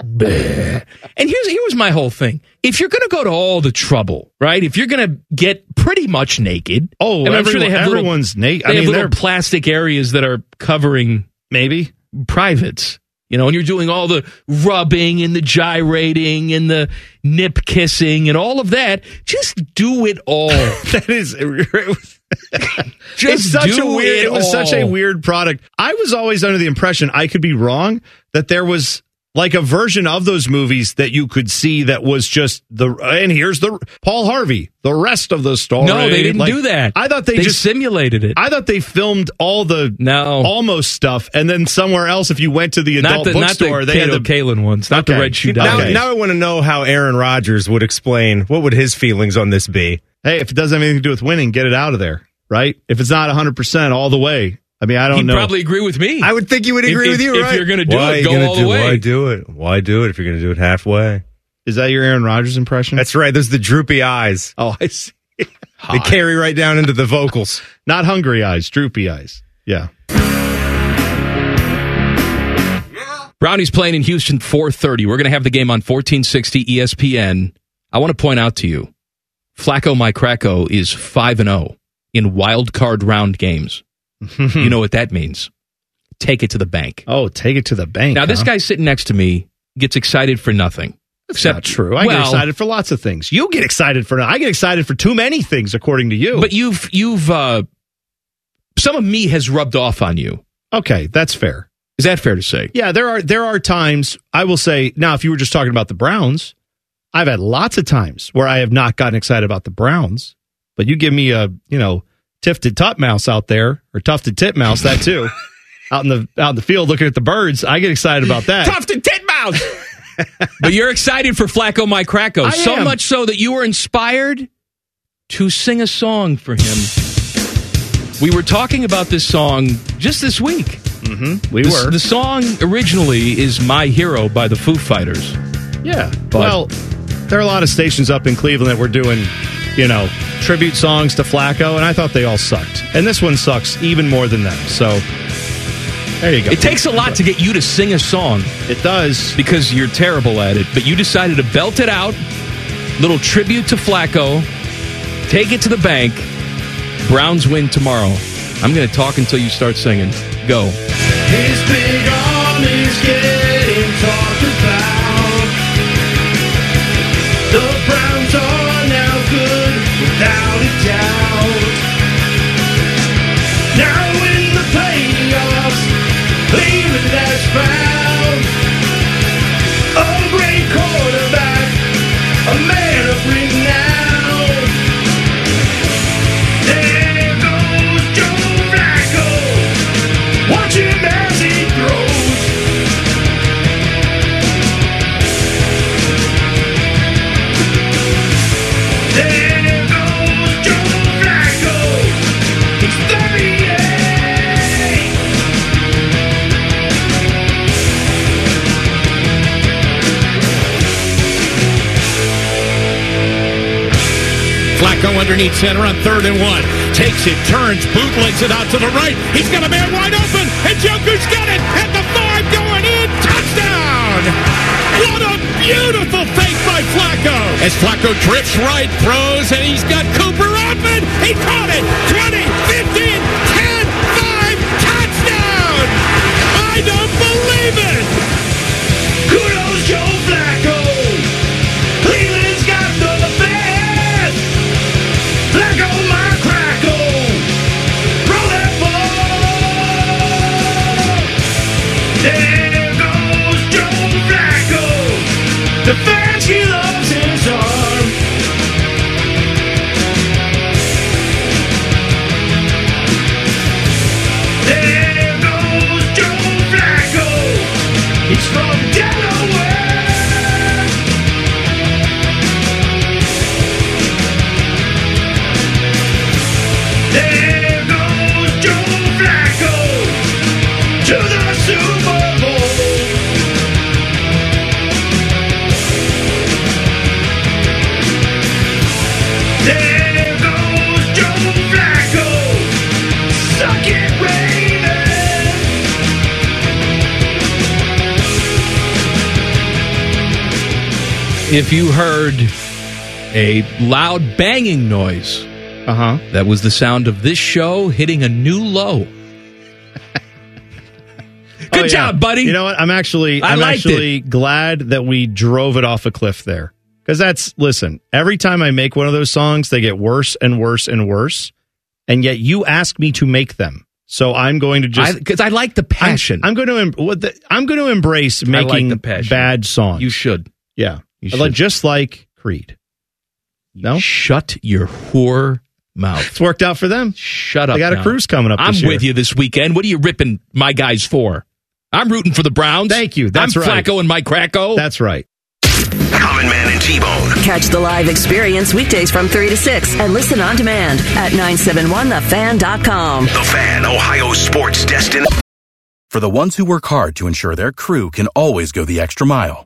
S2: bleh. and here's here was my whole thing. If you're going to go to all the trouble, right? If you're going to get pretty much naked,
S6: Oh,
S2: and
S6: everyone- everyone's
S2: little,
S6: naked. I
S2: They have
S6: mean,
S2: little
S6: they're-
S2: plastic areas that are covering
S6: maybe
S2: privates. You know, and you're doing all the rubbing and the gyrating and the nip kissing and all of that. Just do it all. that
S6: is
S2: just
S6: it's such
S2: do
S6: a weird. It,
S2: It,
S6: was such a
S2: all.
S6: weird product. I was always under the impression I could be wrong that there was like a version of those movies that you could see that was just the and here's the Paul Harvey the rest of the story.
S2: No, they didn't
S6: Like,
S2: do that.
S6: I thought they,
S2: They
S6: just
S2: simulated it.
S6: I thought they filmed all the
S2: no
S6: almost stuff and then somewhere else if you went to the adult
S2: not the, not
S6: bookstore
S2: the
S6: they had
S2: Cato
S6: the
S2: Kalin ones, not the
S6: Okay.
S2: red shoe
S6: Now-
S2: diaries.
S7: Now I want to know how Aaron Rodgers would explain what would his feelings on this be.
S6: hey if it doesn't have anything to do with winning get it out of there right if it's not 100 percent all the way. I mean I don't
S2: He'd
S6: know
S2: probably agree with me.
S7: I would think you would
S2: If-
S7: agree
S2: if-
S7: with you,
S2: if
S7: right?
S2: you're gonna do
S7: Why
S2: it,
S7: you
S2: go
S7: gonna
S2: all the
S7: do,
S2: way.
S7: Why do it? Why do it if you're going to do it halfway?
S6: Is that your Aaron Rodgers impression?
S7: That's right. Those are the droopy eyes.
S6: Oh, I see.
S7: they carry right down into the vocals.
S6: Not hungry eyes, droopy eyes. Yeah.
S2: Brownies playing in Houston 4:30. We're going to have the game on E 1460 ESPN. I want to point out to you, Flacco my Cracko is 5 and 0 in wild card round games. you know what that means? Take it to the bank.
S6: Oh, take it to the bank.
S2: Now this
S6: huh?
S2: guy sitting next to me gets excited for nothing. That's
S6: not true. I get excited for lots of things. You get excited for I get excited for too many things according to you.
S2: But you've you've uh some of me has rubbed off on you.
S6: Okay, that's fair.
S2: Is that fair to say?
S6: Yeah, there are there are times I will say now if you were just talking about the Browns, I've had lots of times where I have not gotten excited about the Browns. But you give me a, you know, tifted topmouse out there or tufted titmouse that too. out in the out in the field looking at the birds, I get excited about that.
S2: Tufted titmouse. but you're excited for Flacco my Cracko
S6: I
S2: so
S6: am.
S2: much so that you were inspired to sing a song for him. We were talking about this song just this week. Mm-hmm.
S6: We
S2: the,
S6: were.
S2: The song originally is "My Hero" by the Foo Fighters.
S6: Yeah.
S2: But-
S6: well, there are a lot of stations up in Cleveland that were doing, you know, tribute songs to Flacco, and I thought they all sucked. And this one sucks even more than them. So there you go.
S2: It takes a lot to get you to sing a song.
S6: It does.
S2: Because you're terrible at it. But you decided to belt it out. Little tribute to Flacco. Take it to the bank. Browns win tomorrow. I'm going to talk until you start singing. Go.
S4: His big arm is getting talked about. The Browns are now good without a doubt. Now in the playoffs, Cleveland has found a great quarterback, a man of renown. There goes Joe Flacco. Watch him as he throws. There goes Joe Flacco. He's 38.
S16: Flacco underneath center on third and one. Takes it, turns, bootlegs it out to the right. He's got a man wide open, and Joker's got it at the five going in. Touchdown! What a beautiful fake by Flacco. As Flacco drifts right, throws, and he's got Cooper open. He caught it. 20, 15, 10, 5, touchdown! I don't believe it!
S4: Kudos, Joe Flacco. Cleveland's got the best. Flacco, my cracko. Roll that ball. There goes Joe Flacco. The fans, he loves his arm. There goes oh. Joe Flacco to the Super Bowl. There goes Joe Flacco. Suck it, Ravens.
S2: If you heard a loud banging noise,
S6: Uh-huh.
S2: uh huh, that was the sound of this show hitting a new low. Good job, buddy.
S6: Oh, You know what? I'm actually
S2: I
S6: I'm
S2: liked it.
S6: actually glad that we drove it off a cliff there. Because that's listen, every time I make one of those songs, they get worse and worse and worse. And yet you ask me to make them. So I'm going to just
S2: because I, like the passion.
S6: I'm, going to em- what the, I'm going to embrace
S2: I like
S6: making
S2: the passion.
S6: bad songs. You
S2: should.
S6: Yeah.
S2: You
S6: Like-
S2: should.
S6: Just like Creed. No.
S2: Shut your whore mouth. It's
S6: worked out for them.
S2: Shut up.
S6: They got a
S2: now.
S6: cruise coming up
S2: I'm
S6: this year.
S2: with you this weekend. What are you ripping my guys for? I'm rooting for the Browns. Thank you.
S6: That's
S2: I'm
S6: right.
S2: Flacco and Mike Cracko.
S6: That's right.
S1: Common Man and T-Bone.
S12: Catch the live experience weekdays from 3 to 6 and listen on demand at 971thefan.com.
S1: The Fan, Ohio sports destined.
S10: For the ones who work hard to ensure their crew can always go the extra mile,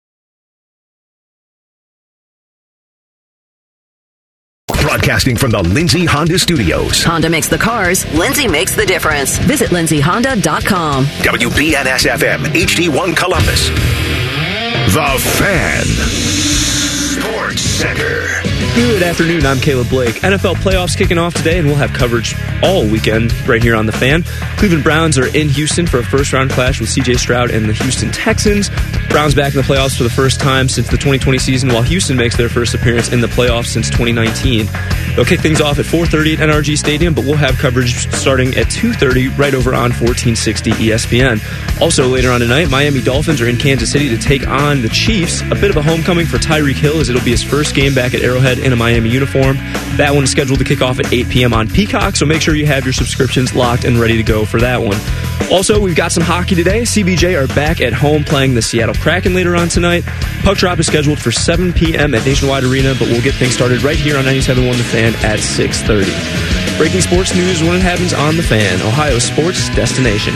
S1: Broadcasting from the Lindsay Honda Studios.
S12: Honda makes the cars, Lindsay makes the difference. Visit lindsayhonda.com.
S1: WBNSFM, HD1 Columbus. The Fan. Sports Center.
S17: Good afternoon. I'm Caleb Blake. NFL playoffs kicking off today, and we'll have coverage all weekend right here on The Fan. Cleveland Browns are in Houston for a first round clash with CJ Stroud and the Houston Texans. Browns back in the playoffs for the first time since the 2020 season, while Houston makes their first appearance in the playoffs since 2019. They'll kick things off at 4:30 at NRG Stadium, but we'll have coverage starting at 2:30 right over on E 1460 ESPN. Also later on tonight, Miami Dolphins are in Kansas City to take on the Chiefs. A bit of a homecoming for Tyreek Hill as it'll be his first game back at Arrowhead in a Miami uniform. That one is scheduled to kick off at 8 p.m. on Peacock, so make sure you have your subscriptions locked and ready to go for that one. Also, we've got some hockey today. CBJ are back at home playing the Seattle Kraken later on tonight. Puck drop is scheduled for 7 p.m. at Nationwide Arena, but we'll get things started right here on 97.1 The Fan at 6.30. Breaking sports news when it happens on The Fan, Ohio's sports destination.